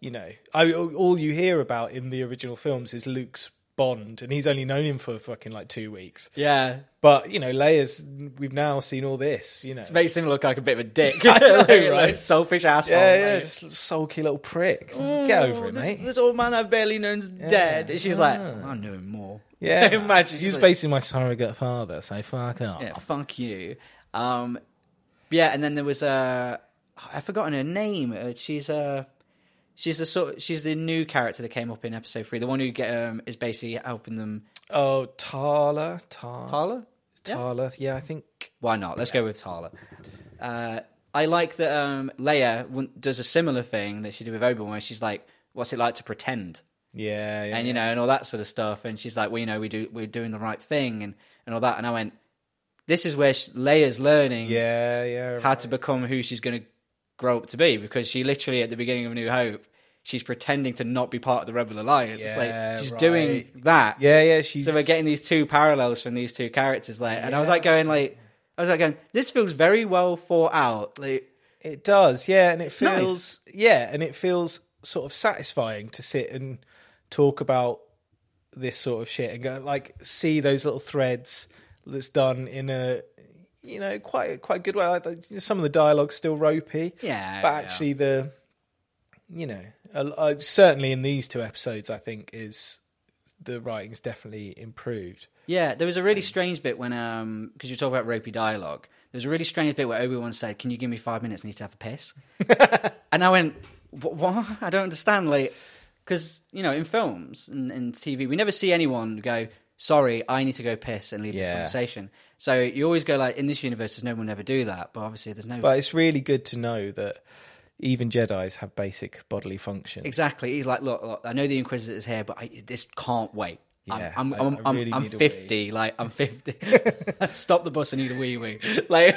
you know, I, all you hear about in the original films is Luke's bond, and he's only known him for fucking like two weeks.
Yeah.
But you know, Leia's, we've now seen all this. You know,
Makes him look like a bit of a dick. like,
right?
selfish asshole.
yeah,
Like,
yeah, just a sulky little prick. Get over it,
Oh, this,
mate. Ah.
This old man I've barely known's dead. And she's like, I knew him more.
yeah,
imagine
he's
she's like,
basically my surrogate father, so fuck off.
yeah, fuck you. Um, yeah, and then there was uh, I've forgotten her name. Uh, she's uh, she's the sort, she's the new character that came up in episode three. The one who get, um, is basically helping them.
Oh, Tala, Tala,
Tala. Yeah.
Tala. Yeah, I think
Why not? Let's go with Tala. Uh, I like that um, Leia w- does a similar thing that she did with Obi Wan, where she's like, "What's it like to pretend?"
Yeah, yeah.
and you know, and all that sort of stuff. And she's like, "Well, you know, we do, we're doing the right thing, and and all that." And I went, "This is where she, Leia's learning
yeah, yeah.
how to become who she's going to grow up to be, because she literally at the beginning of New Hope, she's pretending to not be part of the Rebel Alliance.
Yeah,
like she's
right.
doing that.
yeah, yeah. She's
So we're getting these two parallels from these two characters, like, and I was like going, like, I was like going, this feels very well thought out, like.
it does, yeah, and it
nice.
feels yeah, and it feels sort of satisfying to sit and talk about this sort of shit and go like see those little threads that's done in a you know quite quite a good way. Like, the- Some of the dialogue's still ropey,
Yeah,
but
yeah.
actually the you know a, a, certainly in these two episodes, I think is the writing's definitely improved.
Yeah, there was a really
Mm.
strange bit when um because you talk about ropey dialogue. There was a really strange bit where Obi Wan said, "Can you give me five minutes? I need to have a piss." and I went, "Wh- "What? I don't understand." Like, because you know, in films and, and TV, we never see anyone go, "Sorry, I need to go piss and leave this
Yeah.
conversation." So you always go like, "In this universe, there's no one will ever do that." But obviously, there's no.
But it's really good to know that even Jedi's have basic bodily functions.
Exactly. He's like, look, look, I know the Inquisitor's here, but I, this can't wait.
Yeah,
I'm, I'm,
I-
I'm,
I
I'm,
really
I'm
need a
50. Like, I'm 50. Stop the bus and eat a wee wee. Like,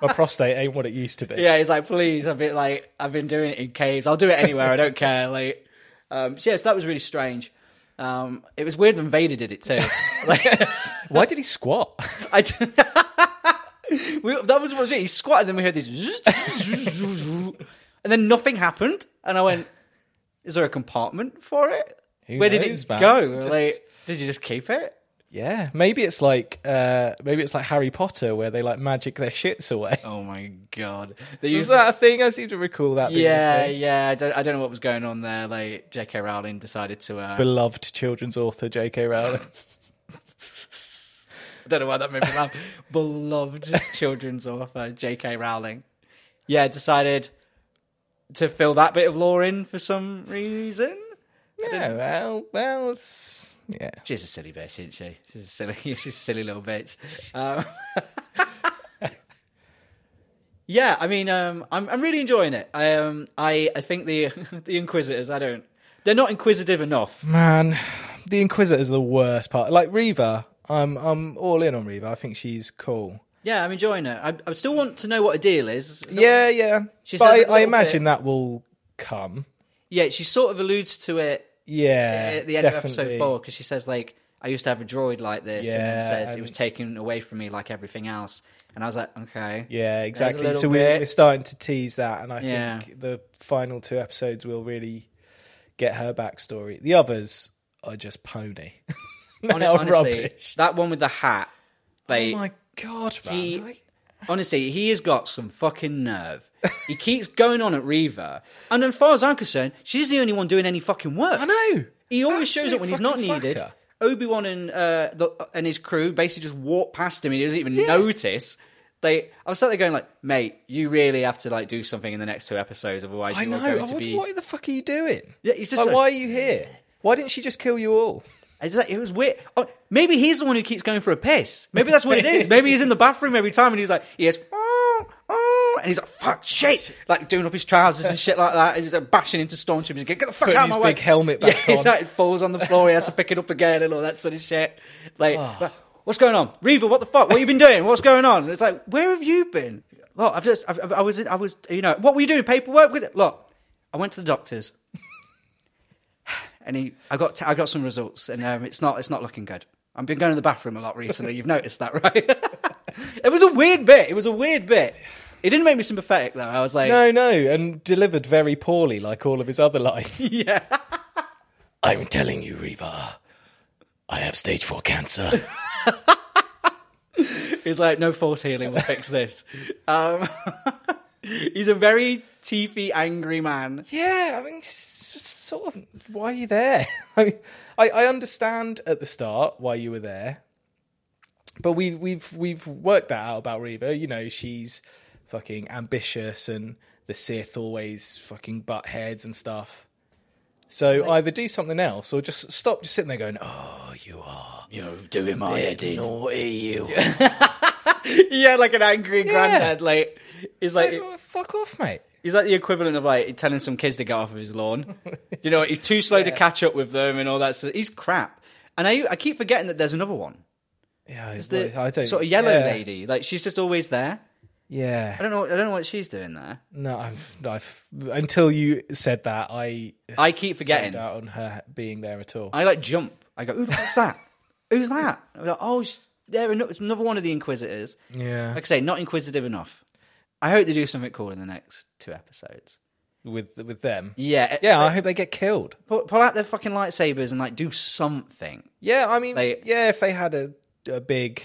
My prostate ain't what it used to be.
yeah, he's like, please. I've been like, I've been doing it in caves. I'll do it anywhere. I don't care. Like, um, so yes, that was really strange. Um, it was weird when Vader did it too. like,
Why did he squat?
I d- we, that was what was it. He squatted, and then we heard this, zzz, zzz, zzz, zzz, and then nothing happened. And I went, "Is there a compartment for it?
Who
Where did
knows,
it
man?
go?
Just-
Like, did you just keep it?"
yeah, maybe it's like uh, maybe it's like Harry Potter where they like magic their shits away.
Oh my god! They
Is
used,
that a thing? I seem to recall that. being a
yeah,
thing.
yeah. I don't, I don't know what was going on there. Like J.K. Rowling decided to. Uh, I
Beloved children's author J.K. Rowling.
don't know why that made me laugh. Beloved children's author J.K. Rowling, yeah, decided to fill that bit of lore in for some reason.
yeah, well, well, it's, yeah.
She's a silly bitch, isn't she? She's a silly, she's a silly little bitch. Um, Yeah, I mean, um, I'm I'm really enjoying it. I um, I I think the the Inquisitors, I don't, they're not inquisitive enough.
Man, the Inquisitor's the worst part. Like Reva, I'm I'm all in on Reva. I think she's cool.
Yeah, I'm enjoying it. I, I still want to know what a deal is. Still-
yeah, yeah.
She
but
says
I,
a little
I
bit-
imagine that will come.
yeah. She sort of alludes to it
Yeah,
at the end
definitely.
of episode four because she says like, I used to have a droid like this, and then
Yeah,
says it
and-
was taken away from me like everything else. And I was like, okay,
Yeah, exactly.
little
So we,
bit.
we're starting to tease that, and I
Yeah.
think the final two episodes will really get her backstory. The others are just pony.
Hon-
They are
honestly,
rubbish.
that one with the hat,
Oh
like,
my god, man!
he-
Like-
honestly, he has got some fucking nerve. he keeps going on at Reva, and as far as I'm concerned, she's the only one doing any fucking work.
I know.
He always shows
Absolute
up when he's not
fucking
needed.
slacker.
Obi Wan and uh, the, and his crew basically just walk past him. and He doesn't even notice. They, I was sat there going like, "Mate, you really have to like do something in the next two episodes, otherwise
I
you
know.
are going to
what,
be."
what the fuck are you doing?
Yeah, he's just
Like,
like-
why are you here? Why didn't she just kill you all?
It's like, it was weird. Oh, maybe he's the one who keeps going for a piss. Maybe that's what it is. Maybe he's in the bathroom every time, and he's like, he goes, oh, oh, and he's like, fuck, shit, like doing up his trousers and shit like that, and he's like bashing into stormtroopers. He's like, Get the fuck
Putting
out of my
his
way.
big helmet back
yeah,
on.
he's like, it falls on the floor. He has to pick it up again, and all that sort of shit. Like,
Ah.
like, what's going on, Reva? What the fuck? What you been doing? What's going on? And it's like, where have you been? Look, I've just, I've, I was, I was, you know, what were you doing? Paperwork with it? Look, I went to the doctor's and he, I got, t- I got some results, and um, it's not, it's not looking good. I've been going to the bathroom a lot recently. You've noticed that, right? it was a weird bit. It was a weird bit. It didn't make me sympathetic though. I was like,
No, no, and delivered very poorly, like all of his other lines.
yeah,
I'm telling you, Reva, I have stage four cancer.
he's like, no force healing will fix this. Um, he's a very teethy, angry man.
Yeah, I mean, it's just sort of, why are you there? I, mean, I I understand at the start why you were there, but we we've we've worked that out about Reva. You know, she's fucking ambitious, and the Sith always fucking butt heads and stuff. So either do something else, or just stop, just sitting there going, "Oh, you are
You're doing my head in.
Naughty you.
Yeah, like an angry granddad. Like, he's like,
oh, fuck off, mate."
He's like the equivalent of like telling some kids to get off of his lawn. you know, he's too slow to catch up with them and all that. So he's crap. And I, I keep forgetting that there's another one.
Yeah,
It's the sort of yellow lady. Like she's just always there.
Yeah,
I don't know. I don't know what she's doing there.
no, I've, I've until you said that, I
I keep
zoned
forgetting.
out on her being there at all.
I like jump. I go, who the fuck's that? Who's that? I'm like, oh, she's, there ano- it's another one of the Inquisitors.
yeah,
Like I say, not inquisitive enough. I hope they do something cool in the next two episodes.
with with them.
Yeah,
Yeah, I hope they get killed.
Pull, pull out their fucking lightsabers and like do something.
Yeah, I mean,
They-
yeah, if they had a a big,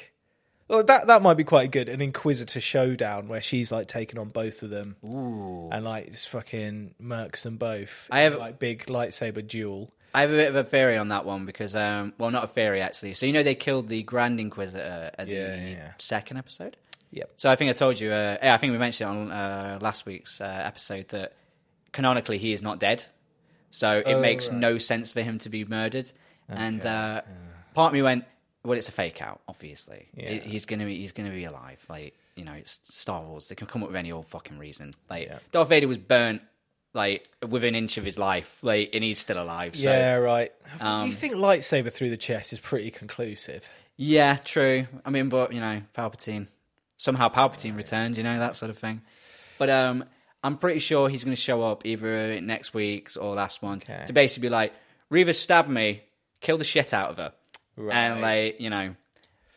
well, that that might be quite good. An Inquisitor showdown where she's like taking on both of them and like just fucking murks them both.
I
in,
have-
like big lightsaber duel.
I have a bit of a theory on that one because, um, well, not a theory actually. So you know they killed the Grand Inquisitor at the
Yeah, yeah.
second episode.
Yep.
So I think I told you. Uh, yeah, I think we mentioned it on uh, last week's uh, episode that canonically he is not dead, so
Oh,
it makes no sense for him to be murdered. And uh, part of me went, "Well, it's a fake out, obviously.
Yeah.
He- he's gonna be, he's gonna be alive. Like you know, it's Star Wars. They can come up with any old fucking reason. Like Darth Vader was burnt." Like within an inch of his life, like and he's still alive. So
yeah, right. Um, you think lightsaber through the chest is pretty conclusive?
Yeah, true. I mean, but you know, Palpatine somehow Palpatine returned. You know that sort of thing. But um, I'm pretty sure he's going to show up either in next week's or last one to basically be like, Reva stabbed me, kill the shit out of her, and like you know,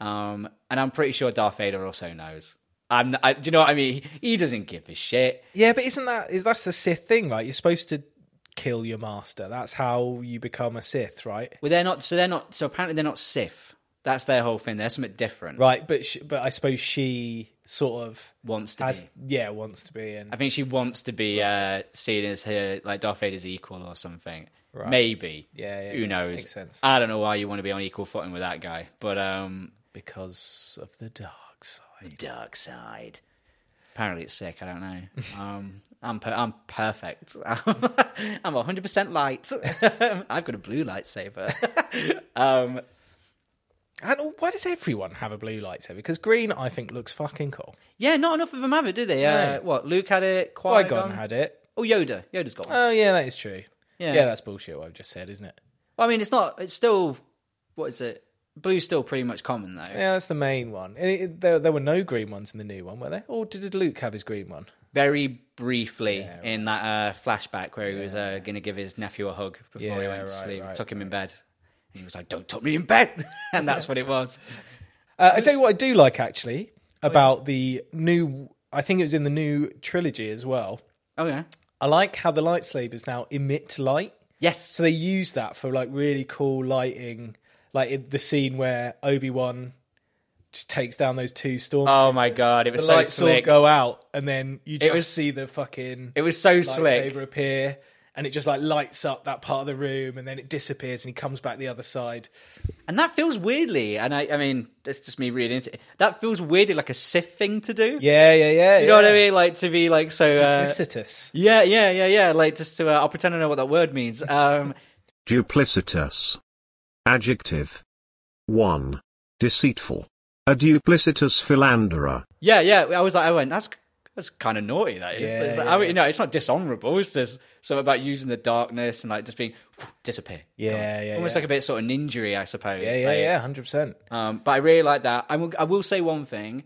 um, and I'm pretty sure Darth Vader also knows. I'm, I, do you know what I mean? He, he doesn't give a shit.
Yeah, but isn't that is that's the Sith thing, right? You're supposed to kill your master. That's how you become a Sith, right?
Well, they're not. So they're not. So apparently they're not Sith. That's their whole thing. They're something different.
Right, but sh but I suppose she sort of
Wants to
has
be.
yeah wants to be in.
I think she wants to be uh, seen as her like Darth Vader's equal or something.
Right.
Maybe.
Yeah, yeah,
Who
yeah.
knows?
Makes sense.
I don't know why you want to be on equal footing with that guy, but um,
because of the dark side.
dark side. Apparently, it's sick. I don't know. Um, I'm per- I'm perfect. I'm 100 percent light. I've got a blue lightsaber. um,
And why does everyone have a blue lightsaber? Because green, I think, looks fucking cool.
Yeah, not enough of them have it, do they? Uh, what? Luke had it. Qui
Qui
Gon
Gon had it.
Oh, Yoda. Yoda's got one.
Oh yeah, that is true.
Yeah.
Yeah. that's bullshit. What I've just said, isn't it?
Well, I mean, it's not. It's still. What is it? Blue's still pretty much common though.
Yeah, that's the main one. And it- there, there were no green ones in the new one, were there? Or did Luke have his green one?
Very briefly in that uh, flashback where he was uh, going to give his nephew a hug before he
Yeah,
went
right,
to sleep,
right,
took him in bed, and he was like, "Don't touch me in bed," and that's what it was.
Uh, I tell you what, I do like actually
Oh,
about the new. I think it was in the new trilogy as well.
Oh yeah.
I like how the lightsabers now emit light.
Yes.
So they use that for like really cool lighting, like in the scene where Obi Wan just takes down those two storms.
Oh my god, it
the
was so
lights all
slick.
go out, and then you just
was-
see the fucking
It was so slick.
lightsaber appear, and it just like lights up that part of the room, and then it disappears, and he comes back the other side.
And that feels weirdly, and I, I mean, that's just me reading into it. That feels weirdly like a Sith thing to do.
Yeah, yeah, yeah.
You know what I mean? Like to be like so. Uh,
Duplicitous.
yeah, yeah, yeah, yeah. Like just to, uh, I'll pretend I know what that word means. Um,
Duplicitous. Adjective. 1. Deceitful. A duplicitous philanderer.
yeah, yeah. I was like, I went. That's that's kind of naughty. That is.
Yeah,
It's like, I mean, you know, it's not dishonorable. It's just something about using the darkness and like just being disappear.
Yeah, yeah,
Almost
yeah.
like a bit sort of ninjury, I suppose.
yeah, yeah,
Like,
yeah, hundred percent.
Um, but I really like that. I will, I will say one thing: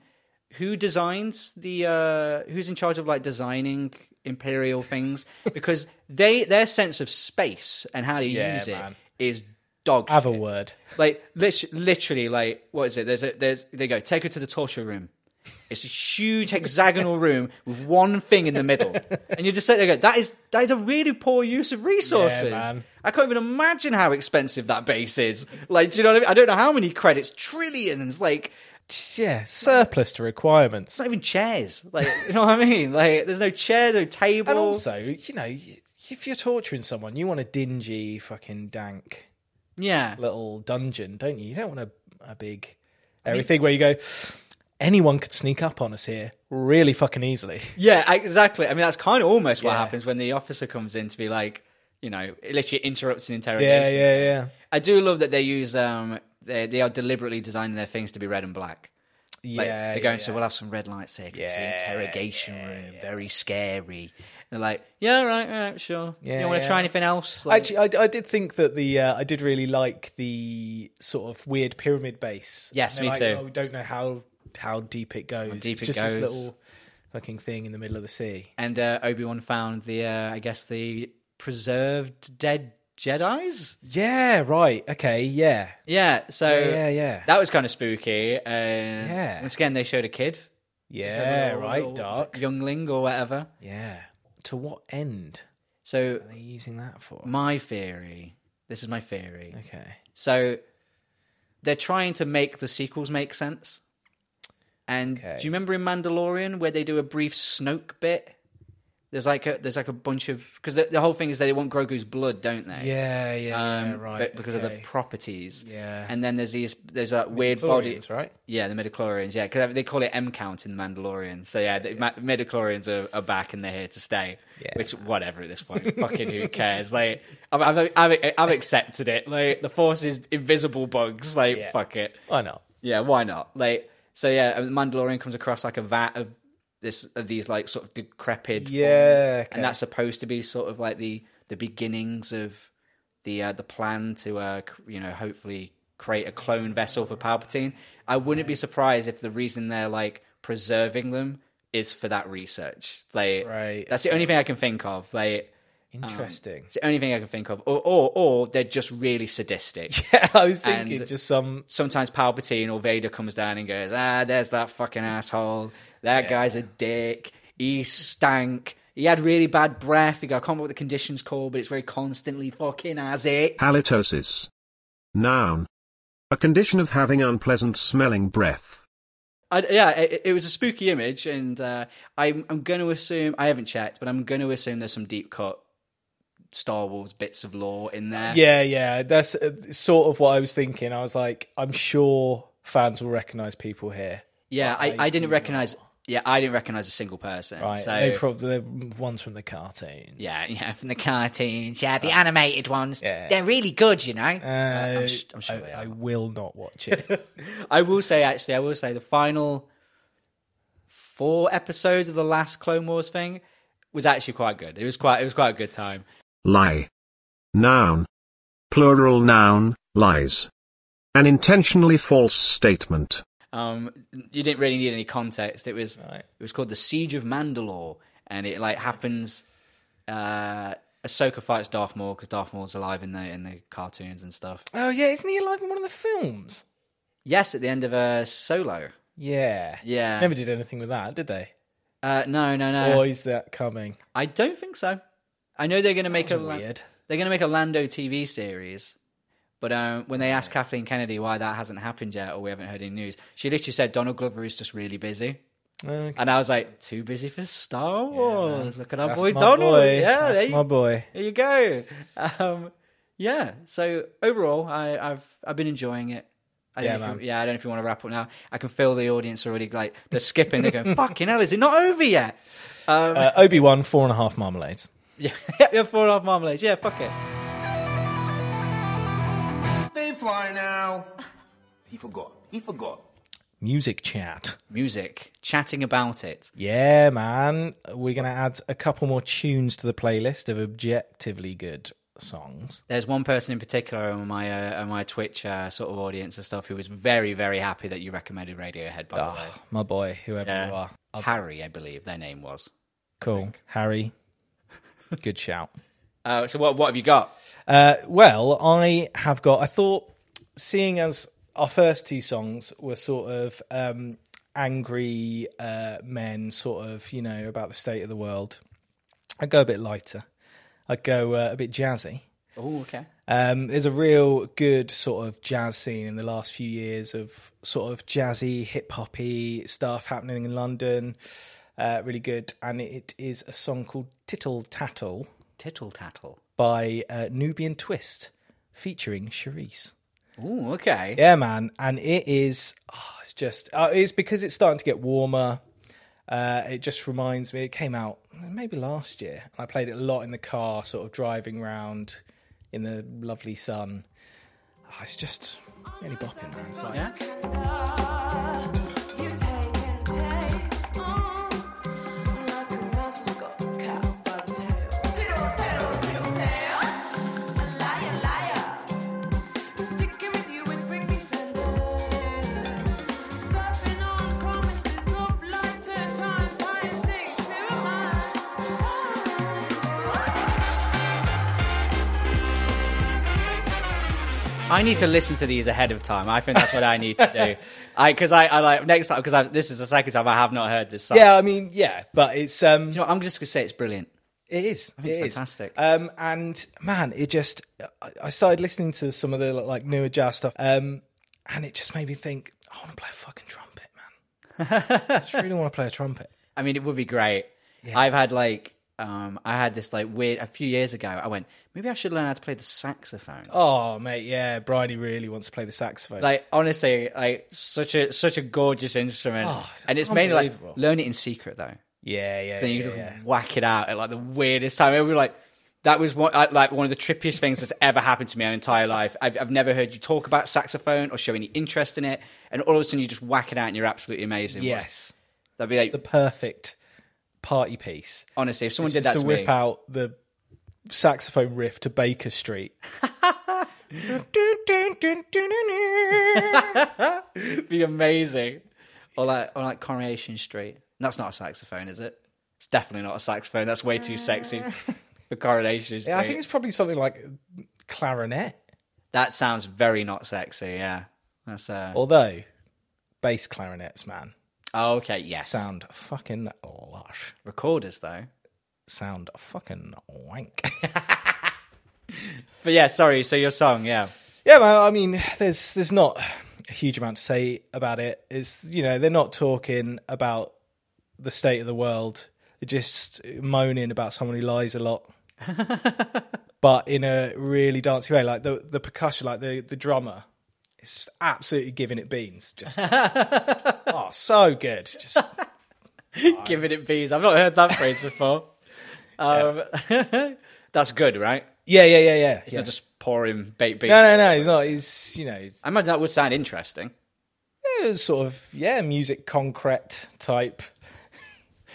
who designs the uh, who's in charge of like designing imperial things? Because they their sense of space and how to
Yeah,
use it
man.
is dog
Have a
shit.
word.
Like lit- literally, like what is it? There's a there's they go take her to the torture room. It's a huge hexagonal room with one thing in the middle, and you just sit there. and Go, that is that is a really poor use of resources.
man.
I can't even imagine how expensive that base is. Like, do you know what I mean? I don't know how many credits, trillions. Like,
Yeah, surplus to requirements.
it's not even chairs. Like, you know what I mean? Like, there's no chairs, no table.
And also, you know, y- if you're torturing someone, you want a dingy, fucking dank
yeah,
little dungeon, don't you? You don't want a, a big everything where you go. Anyone could sneak up on us here really fucking easily.
Yeah, I- exactly. I mean, that's kind of almost what
Yeah.
happens when the officer comes in to be like, you know, it literally interrupts an interrogation.
Yeah, yeah, yeah,
I do love that they use um, they they are deliberately designing their things to be red and black.
yeah.
Like, they're going,
yeah,
so
yeah.
we'll have some red lights here. 'cause it's the
Yeah,
interrogation room, very scary. And they're like, yeah, right, all right, sure. you
Yeah,
don't want to
yeah.
try anything else? Like,
Actually, I, I did think that the uh, I did really like the sort of weird pyramid base.
Yes,
And
me
they're like,
too.
Oh, we don't know how how deep it goes.
deep
it's
it
just
goes.
this little fucking thing in the middle of the sea.
and uh, Obi Wan found the, uh, I guess, the preserved dead Jedi's.
Yeah, right. Okay, yeah,
Yeah, so
yeah, yeah,
that was kind of spooky. Uh,
Yeah.
Once again, they showed a kid.
yeah.
Or-
Right,
or
dark.
youngling or whatever.
Yeah. To what end
So
are they using that for?
my theory, this is my theory.
Okay.
So they're trying to make the sequels make sense. And
Okay.
do you remember in Mandalorian where they do a brief Snoke bit? There's like a there's like a bunch of because the, the whole thing is they want Grogu's blood, don't they?
Yeah, yeah,
Um,
yeah, right.
but because of the
okay.
properties.
Yeah.
And then there's these there's that weird body.
Chlorians, right?
Yeah, the midichlorians. Yeah, because they call it M count in Mandalorian. So yeah, the ma- midichlorians are, are back and they're here to stay. Which whatever at this point, fucking who cares? Like I've, I've, I've, I've accepted it. Like the force is invisible bugs. Like
Yeah.
fuck it.
Why not?
Yeah, why not? Like so yeah, and Mandalorian comes across like a vat of this of these like sort of decrepit.
Yeah,
forms.
okay.
and that's supposed to be sort of like the the beginnings of the uh, the plan to uh, c- you know hopefully create a clone vessel for Palpatine. I wouldn't be surprised if the reason they're like preserving them is for that research. Like
Right.
that's the only thing I can think of. Like
Interesting.
it's the only thing I can think of, or or, or they're just really sadistic.
I was thinking
Um, and-
just some.
sometimes Palpatine or Vader comes down and goes, ah, there's that fucking asshole. That guy's a dick. He stank. He had really bad breath. He go, I can't remember what the condition's called, but it's very constantly fucking as it.
Halitosis. Noun. A condition of having unpleasant smelling breath.
I, yeah, it, it was a spooky image, and uh, I'm, I'm going to assume, I haven't checked, but I'm going to assume there's some deep cut Star Wars bits of lore in there.
Yeah, yeah. That's uh, sort of what I was thinking. I was like, I'm sure fans will recognize people here.
Yeah, I, I didn't recognize Yeah, I didn't recognize a single person.
Right.
so
they probably they're ones from the cartoon.
yeah, yeah, from the cartoons, yeah, the animated ones.
Uh, Yeah.
They're really good, you know.
Uh,
I'm, sh- I'm sure they are.
I, I will not watch it.
I will say actually, I will say the final four episodes of the last Clone Wars thing was actually quite good. It was quite it was quite a good time.
Lie. Noun. Plural noun, lies. An intentionally false statement.
Um, you didn't really need any context. It was
Right.
it was called the Siege of Mandalore, and it like happens. Uh, Ahsoka fights Darth Maul because Darth Maul's alive in the in the cartoons and stuff.
oh yeah, isn't he alive in one of the films?
Yes, at the end of a Solo.
Yeah.
Yeah.
Never did anything with that, did they?
Uh, no, no, no.
or is that coming?
I don't think so. I know they're going to make a
That was
Lan-
weird.
they're going to make a Lando TV series, but um, when they asked Kathleen Kennedy why that hasn't happened yet or we haven't heard any news, she literally said Donald Glover is just really busy,
Okay.
and I was like, too busy for Star Wars. Look at our
That's
boy
my
Donald.
boy.
Yeah,
That's
there you,
my boy.
there you go. Um, yeah. So overall, I, I've I've been enjoying it. I don't
Yeah,
know if you-
man.
yeah, I don't know if you want to wrap up now. I can feel the audience already like they're skipping. They're going, "Fucking hell, is it not over yet?"
Uh, Obi Wan, four and a half marmalades.
Yeah, yeah, four and a half marmalades. Yeah, fuck it.
They fly now. He forgot. He forgot.
Music chat.
Music, chatting about it.
Yeah, man. We're gonna add a couple more tunes to the playlist of objectively good songs.
There's one person in particular on my uh, on my Twitch uh, sort of audience and stuff who was very very happy that you recommended Radiohead. By the way,
Ah, my boy, whoever you
yeah.
are.
Harry, I believe their name was.
Cool. Harry. Good shout.
Uh, so what what have you got?
Uh, well, I have got. I thought, seeing as our first two songs were sort of um, angry uh, men, sort of you know about the state of the world, I'd go a bit lighter. I'd go uh, a bit jazzy.
Oh, okay.
Um, there's a real good sort of jazz scene in the last few years of sort of jazzy, hip hoppy stuff happening in London. Uh, really good. And it is a song called Tittle Tattle
Tittle tattle.
by uh, Nubian Twist featuring Cherise.
Oh, okay.
Yeah, man, and it is. Oh, it's just. Uh, it's because it's starting to get warmer. Uh, it just reminds me. It came out maybe last year, and I played it a lot in the car, sort of driving round in the lovely sun. Ah, it's just really bopping, man. It's like-
Yeah?
You take and take mm, on nothing else has got the cow by the tail. Diddle, diddle, diddle, tail. A liar, liar. Sticking with you would bring me slender. Surfing on promises of life, ten times higher stakes, never Oh, mind.
I need to listen to these ahead of time. I think that's what I need to do. I because I, I like next time because this is the second time I have not heard this song.
yeah, I mean, yeah, but it's um,
You know, what, I'm just gonna say it's brilliant.
It is. I
think it's fantastic.
Um, and man, it just I- I started listening to some of the like newer jazz stuff. Um, and it just made me think I want to play a fucking trumpet, man. I just really want to play a trumpet.
I mean, it would be great. I've had like, um, I had this like weird a few years ago. I went, maybe I should learn how to play the saxophone.
Oh mate, yeah, Bridie really wants to play the saxophone.
Like honestly, like such a such a gorgeous instrument,
Oh, it's
and it's mainly like
unbelievable.
learn it in secret though.
yeah, yeah,
So you
yeah,
just
yeah.
whack it out at like the weirdest time. Everyone like. That was one, I- like one of the trippiest things that's ever happened to me in my entire life. I've, I've never heard you talk about saxophone or show any interest in it, and all of a sudden you just whack it out and you're absolutely amazing.
Yes,
that'd be like
the perfect party piece.
honestly, if someone did
Just
that
to
to
whip
me,
out the saxophone riff to Baker Street.
It'd be amazing. Or like, or like Coronation Street. That's not a saxophone, is it? It's definitely not a saxophone. That's way too sexy for Coronation Street.
Yeah, I think it's probably something like clarinet.
that sounds very not sexy. Yeah, that's uh.
Although, bass clarinets, man,
Oh, okay, yes.
sound fucking lush.
Recorders though.
Sound fucking wank.
But yeah, sorry. So your song, yeah.
yeah, man. I mean, there's there's not a huge amount to say about it. It's you know they're not talking about the state of the world. They're just moaning about someone who lies a lot, but in a really dancey way. Like the the percussion, like the the drummer, it's just absolutely giving it beans. Just oh, so good. Just
Giving it bees. I've not heard that phrase before. Um, that's good, right?
Yeah, yeah, yeah, yeah.
It's
yeah.
not just pouring baked beans.
no, no, no. He's not. He's you know,
I imagine that would sound interesting.
it's sort of yeah, music concrete type.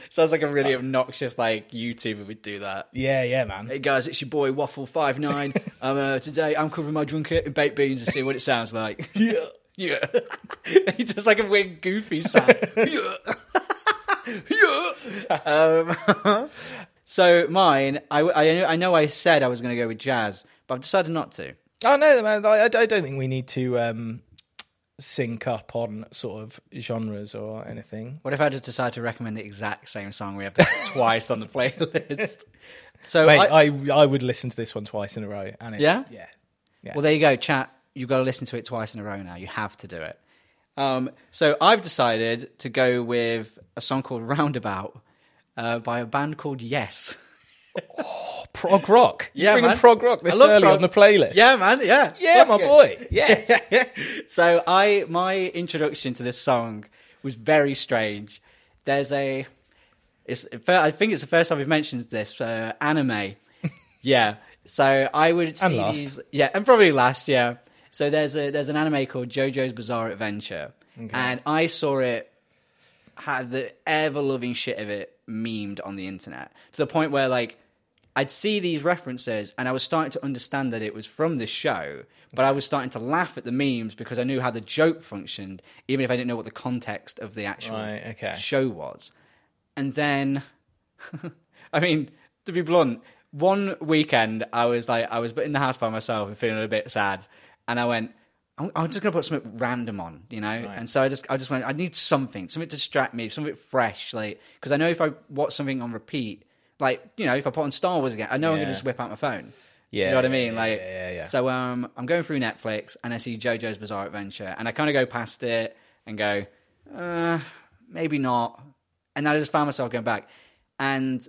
Sounds like a really obnoxious like YouTuber would do that.
Yeah, yeah, man.
Hey guys, it's your boy Waffle Five Nine. um, uh, today I'm covering my drunket in baked beans and see what it sounds like. yeah, yeah. he does like a weird goofy sound. yeah, yeah. Um, so mine, I, I I know I said I was going to go with jazz, but I've decided not to.
Oh no, man. I, I don't think we need to um, sync up on sort of genres or anything.
What if I just decide to recommend the exact same song we have done twice on the playlist? So
Mate,
I-
I, I would listen to this one twice in a row. And it,
Yeah?
yeah,
Well, there you go, chat. You've got to listen to it twice in a row now. You have to do it. Um, so I've decided to go with a song called Roundabout uh, by a band called Yes.
prog rock.
Yeah,
You're bringing
man.
prog rock
I
this
love
early
prog-
on the playlist.
Yeah, man. Yeah.
yeah, my boy. Yes.
so I my introduction to this song was very strange. There's a it's I think it's the first time we've mentioned this uh, anime. yeah. So I would see
last.
these yeah, and probably last yeah. So there's a there's an anime called JoJo's Bizarre Adventure. And I saw it had the ever loving shit of it memed on the internet to the point where like I'd see these references and I was starting to understand that it was from this show, but I was starting to laugh at the memes because I knew how the joke functioned, even if I didn't know what the context of the actual
Right, okay.
show was. And then, I mean, to be blunt, one weekend I was like, I was in the house by myself and feeling a bit sad, and I went, I'm, I'm just gonna put something random on, you know. And so I just, I just went, I need something, something to distract me, something fresh, like because I know if I watch something on repeat, like you know, if I put on Star Wars again, I know I'm gonna
Yeah.
just whip out my phone. Do
Yeah,
you know what I
yeah,
mean?
yeah,
like,
yeah, yeah, yeah.
so um, I'm going through Netflix and I see JoJo's Bizarre Adventure, and I kind of go past it and go, uh, maybe not. And then I just found myself going back, and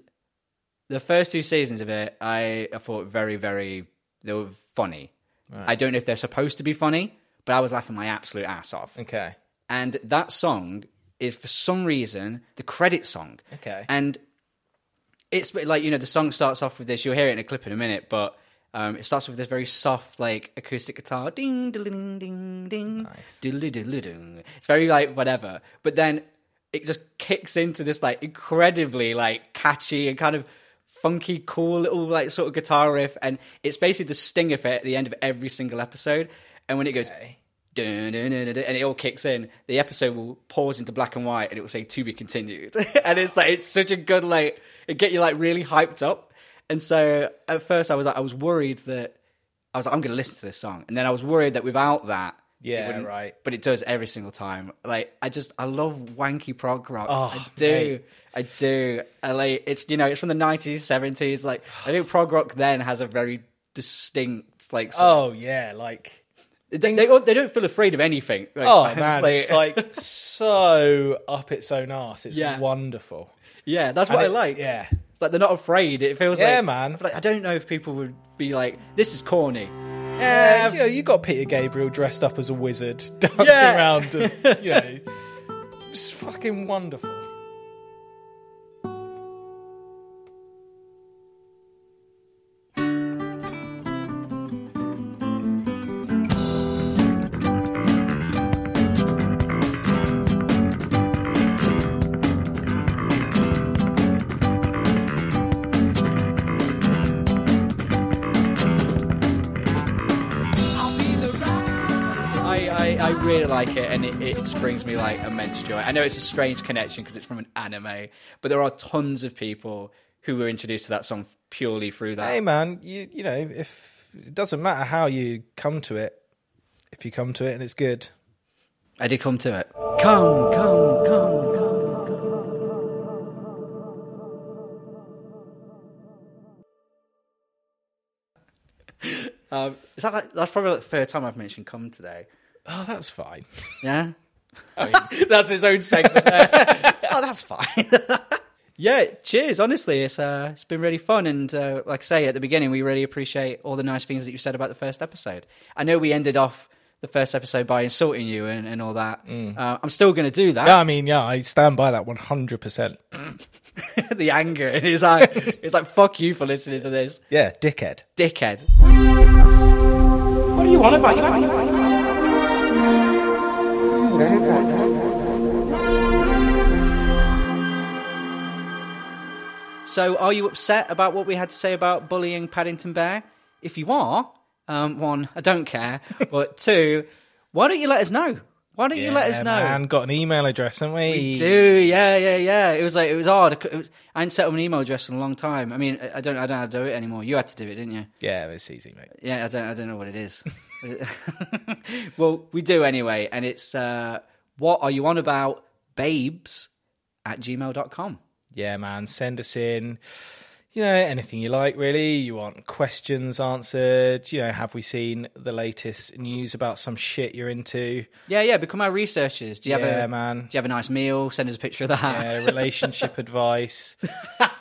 the first two seasons of it, I, I thought very, very they were funny. I don't know if they're supposed to be funny, but I was laughing my absolute ass off.
Okay.
And that song is for some reason the credit song.
Okay.
And it's like you know the song starts off with this. You'll hear it in a clip in a minute, but um, it starts off with this very soft like acoustic guitar, ding ding ding ding, ding. It's very like whatever, but then it just kicks into this like incredibly like catchy and kind of funky, cool little like sort of guitar riff, and it's basically the sting of it at the end of every single episode. And when it goes. Dun, dun, dun, dun, dun, and it all kicks in. The episode will pause into black and white, and it will say "to be continued." and it's like it's such a good like it get you like really hyped up. And so at first I was like I was worried that I was like I'm going to listen to this song, and then I was worried that without that, it
Yeah,
wouldn't-
right.
But it does every single time. Like I just I love wanky prog rock. I
Oh,
do.
mate.
I do. I like it's you know it's from the nineties, seventies. Like I think prog rock then has a very distinct like sort of-
Oh yeah, like
they, they they don't feel afraid of anything. Like,
oh
it's
man,
like-
it's like so up its own arse. It's
Yeah.
wonderful.
yeah, that's what I
And it-
like.
Yeah.
It's like they're not afraid. It feels
Yeah,
like
man.
Like, I don't know if people would be like, "This is corny."
Yeah,
Yeah,
you, know, you got Peter Gabriel dressed up as a wizard dancing
Yeah.
around. And, you know, it's fucking wonderful.
I, I, I really like it, and it, it just brings me like immense joy. I know it's a strange connection because it's from an anime, but there are tons of people who were introduced to that song purely through that.
Hey man, you you know if it doesn't matter how you come to it, if you come to it and it's good.
I did come to it. Come, come, come, come, come. Um, is that like, that's probably like the third time I've mentioned come today.
Oh, that's fine.
Yeah. that's his own segment. There. oh, that's fine. yeah, cheers. Honestly, it's uh, it's been really fun, and uh, like I say at the beginning, we really appreciate all the nice things that you said about the first episode. I know we ended off the first episode by insulting you and, and all that. Uh, I'm still going to do that.
Yeah, I mean, yeah, I stand by that 100%.
the anger in his eye. it's like, fuck you for listening to this,
Yeah, dickhead.
dickhead.
What do you want about?
So, are you upset about what we had to say about bullying Paddington Bear? If you are, um, one, I don't care, but two, why don't you let us know? Why don't you let us know?
Man, got an email address, haven't we?
Dude, yeah, yeah, yeah. It was like it was hard. I cou- It was, I hadn't set up an email address in a long time. I mean, I I don't, I don't know how to do it anymore. You had to do it, didn't you?
Yeah, it's easy, mate.
Yeah, I don't, I don't know what it is. well, we do anyway, and it's uh, what are you on about, babes, at gmail.com.
Yeah, man, send us in. You know, anything you like, really. You want questions answered. You know, have we seen the latest news about some shit you're into?
Yeah, yeah. Become our researchers. Do you have
Yeah,
a
man.
Do you have a nice meal? Send us a picture of that.
Yeah, Uh, relationship advice.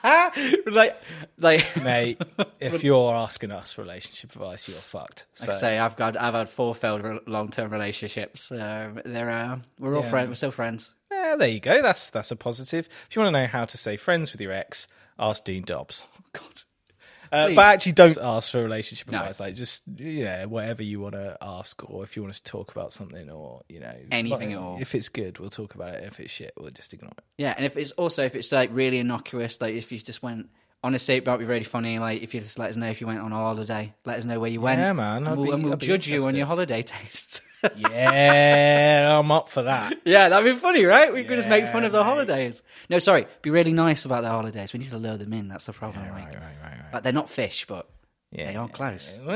like, like.
Mate, if you're asking us for relationship advice, you're fucked.
Like I
So-
say, I've got, I've had four failed re- long-term relationships. Um, they're, uh, we're all friends. We're still friends.
Yeah, Eh, there you go. That's that's a positive. If you want to know how to stay friends with your ex, ask Dean Dobbs. Oh, God. Uh, but actually, don't ask for relationship advice. Like, just yeah, whatever you want to ask, or if you want us to talk about something, or you know,
Anything
like,
at all.
If it's good, we'll talk about it. If it's shit, we'll just ignore it.
Yeah, and if it's also if it's like really innocuous, like if you just went. Honestly, it might be really funny. Like, if you just let us know if you went on a holiday, let us know where you went.
Yeah, man, I'd
and we'll,
be-
and we'll
I'd be
judge you on your
interested.
holiday tastes.
Yeah, I'm up for that.
yeah, that'd be funny, right? We could just make fun
Yeah,
of the
mate.
holidays. No, sorry, be really nice about their holidays. We need to lure them in. That's the problem. like.
Right, right, right, right.
Like they're not fish, but
Yeah,
they are close.
Well,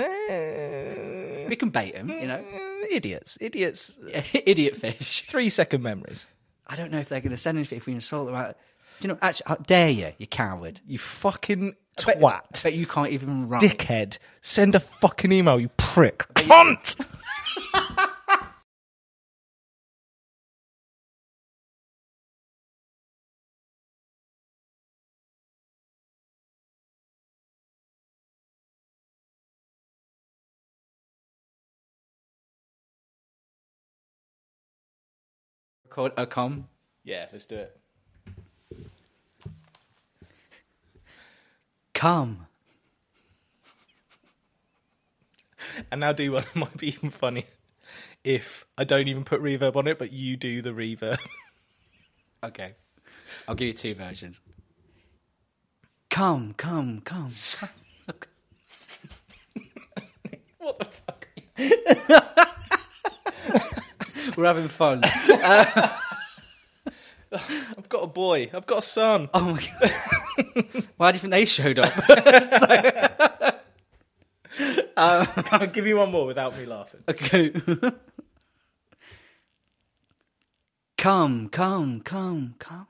We can bait them, you know.
idiots, idiots.
Idiot fish.
Three second memories.
I don't know if they're going to send anything if we insult them. Out. Do you know? Actually, how dare you, you coward!
You fucking
But-
twat.
But you can't even run.
dickhead, send a fucking email, you prick. Cunt!
Record a com.
Yeah, let's do it.
Come.
And now do one that might be even funny if I don't even put reverb on it, but you do the reverb.
Okay. I'll give you two versions. Come, come, come.
what the fuck?
We're having fun.
I've got a boy. I've got a son.
Oh my god. Why do you think they showed up?
I'll give you one more without me laughing.
Okay. come, come, come, come.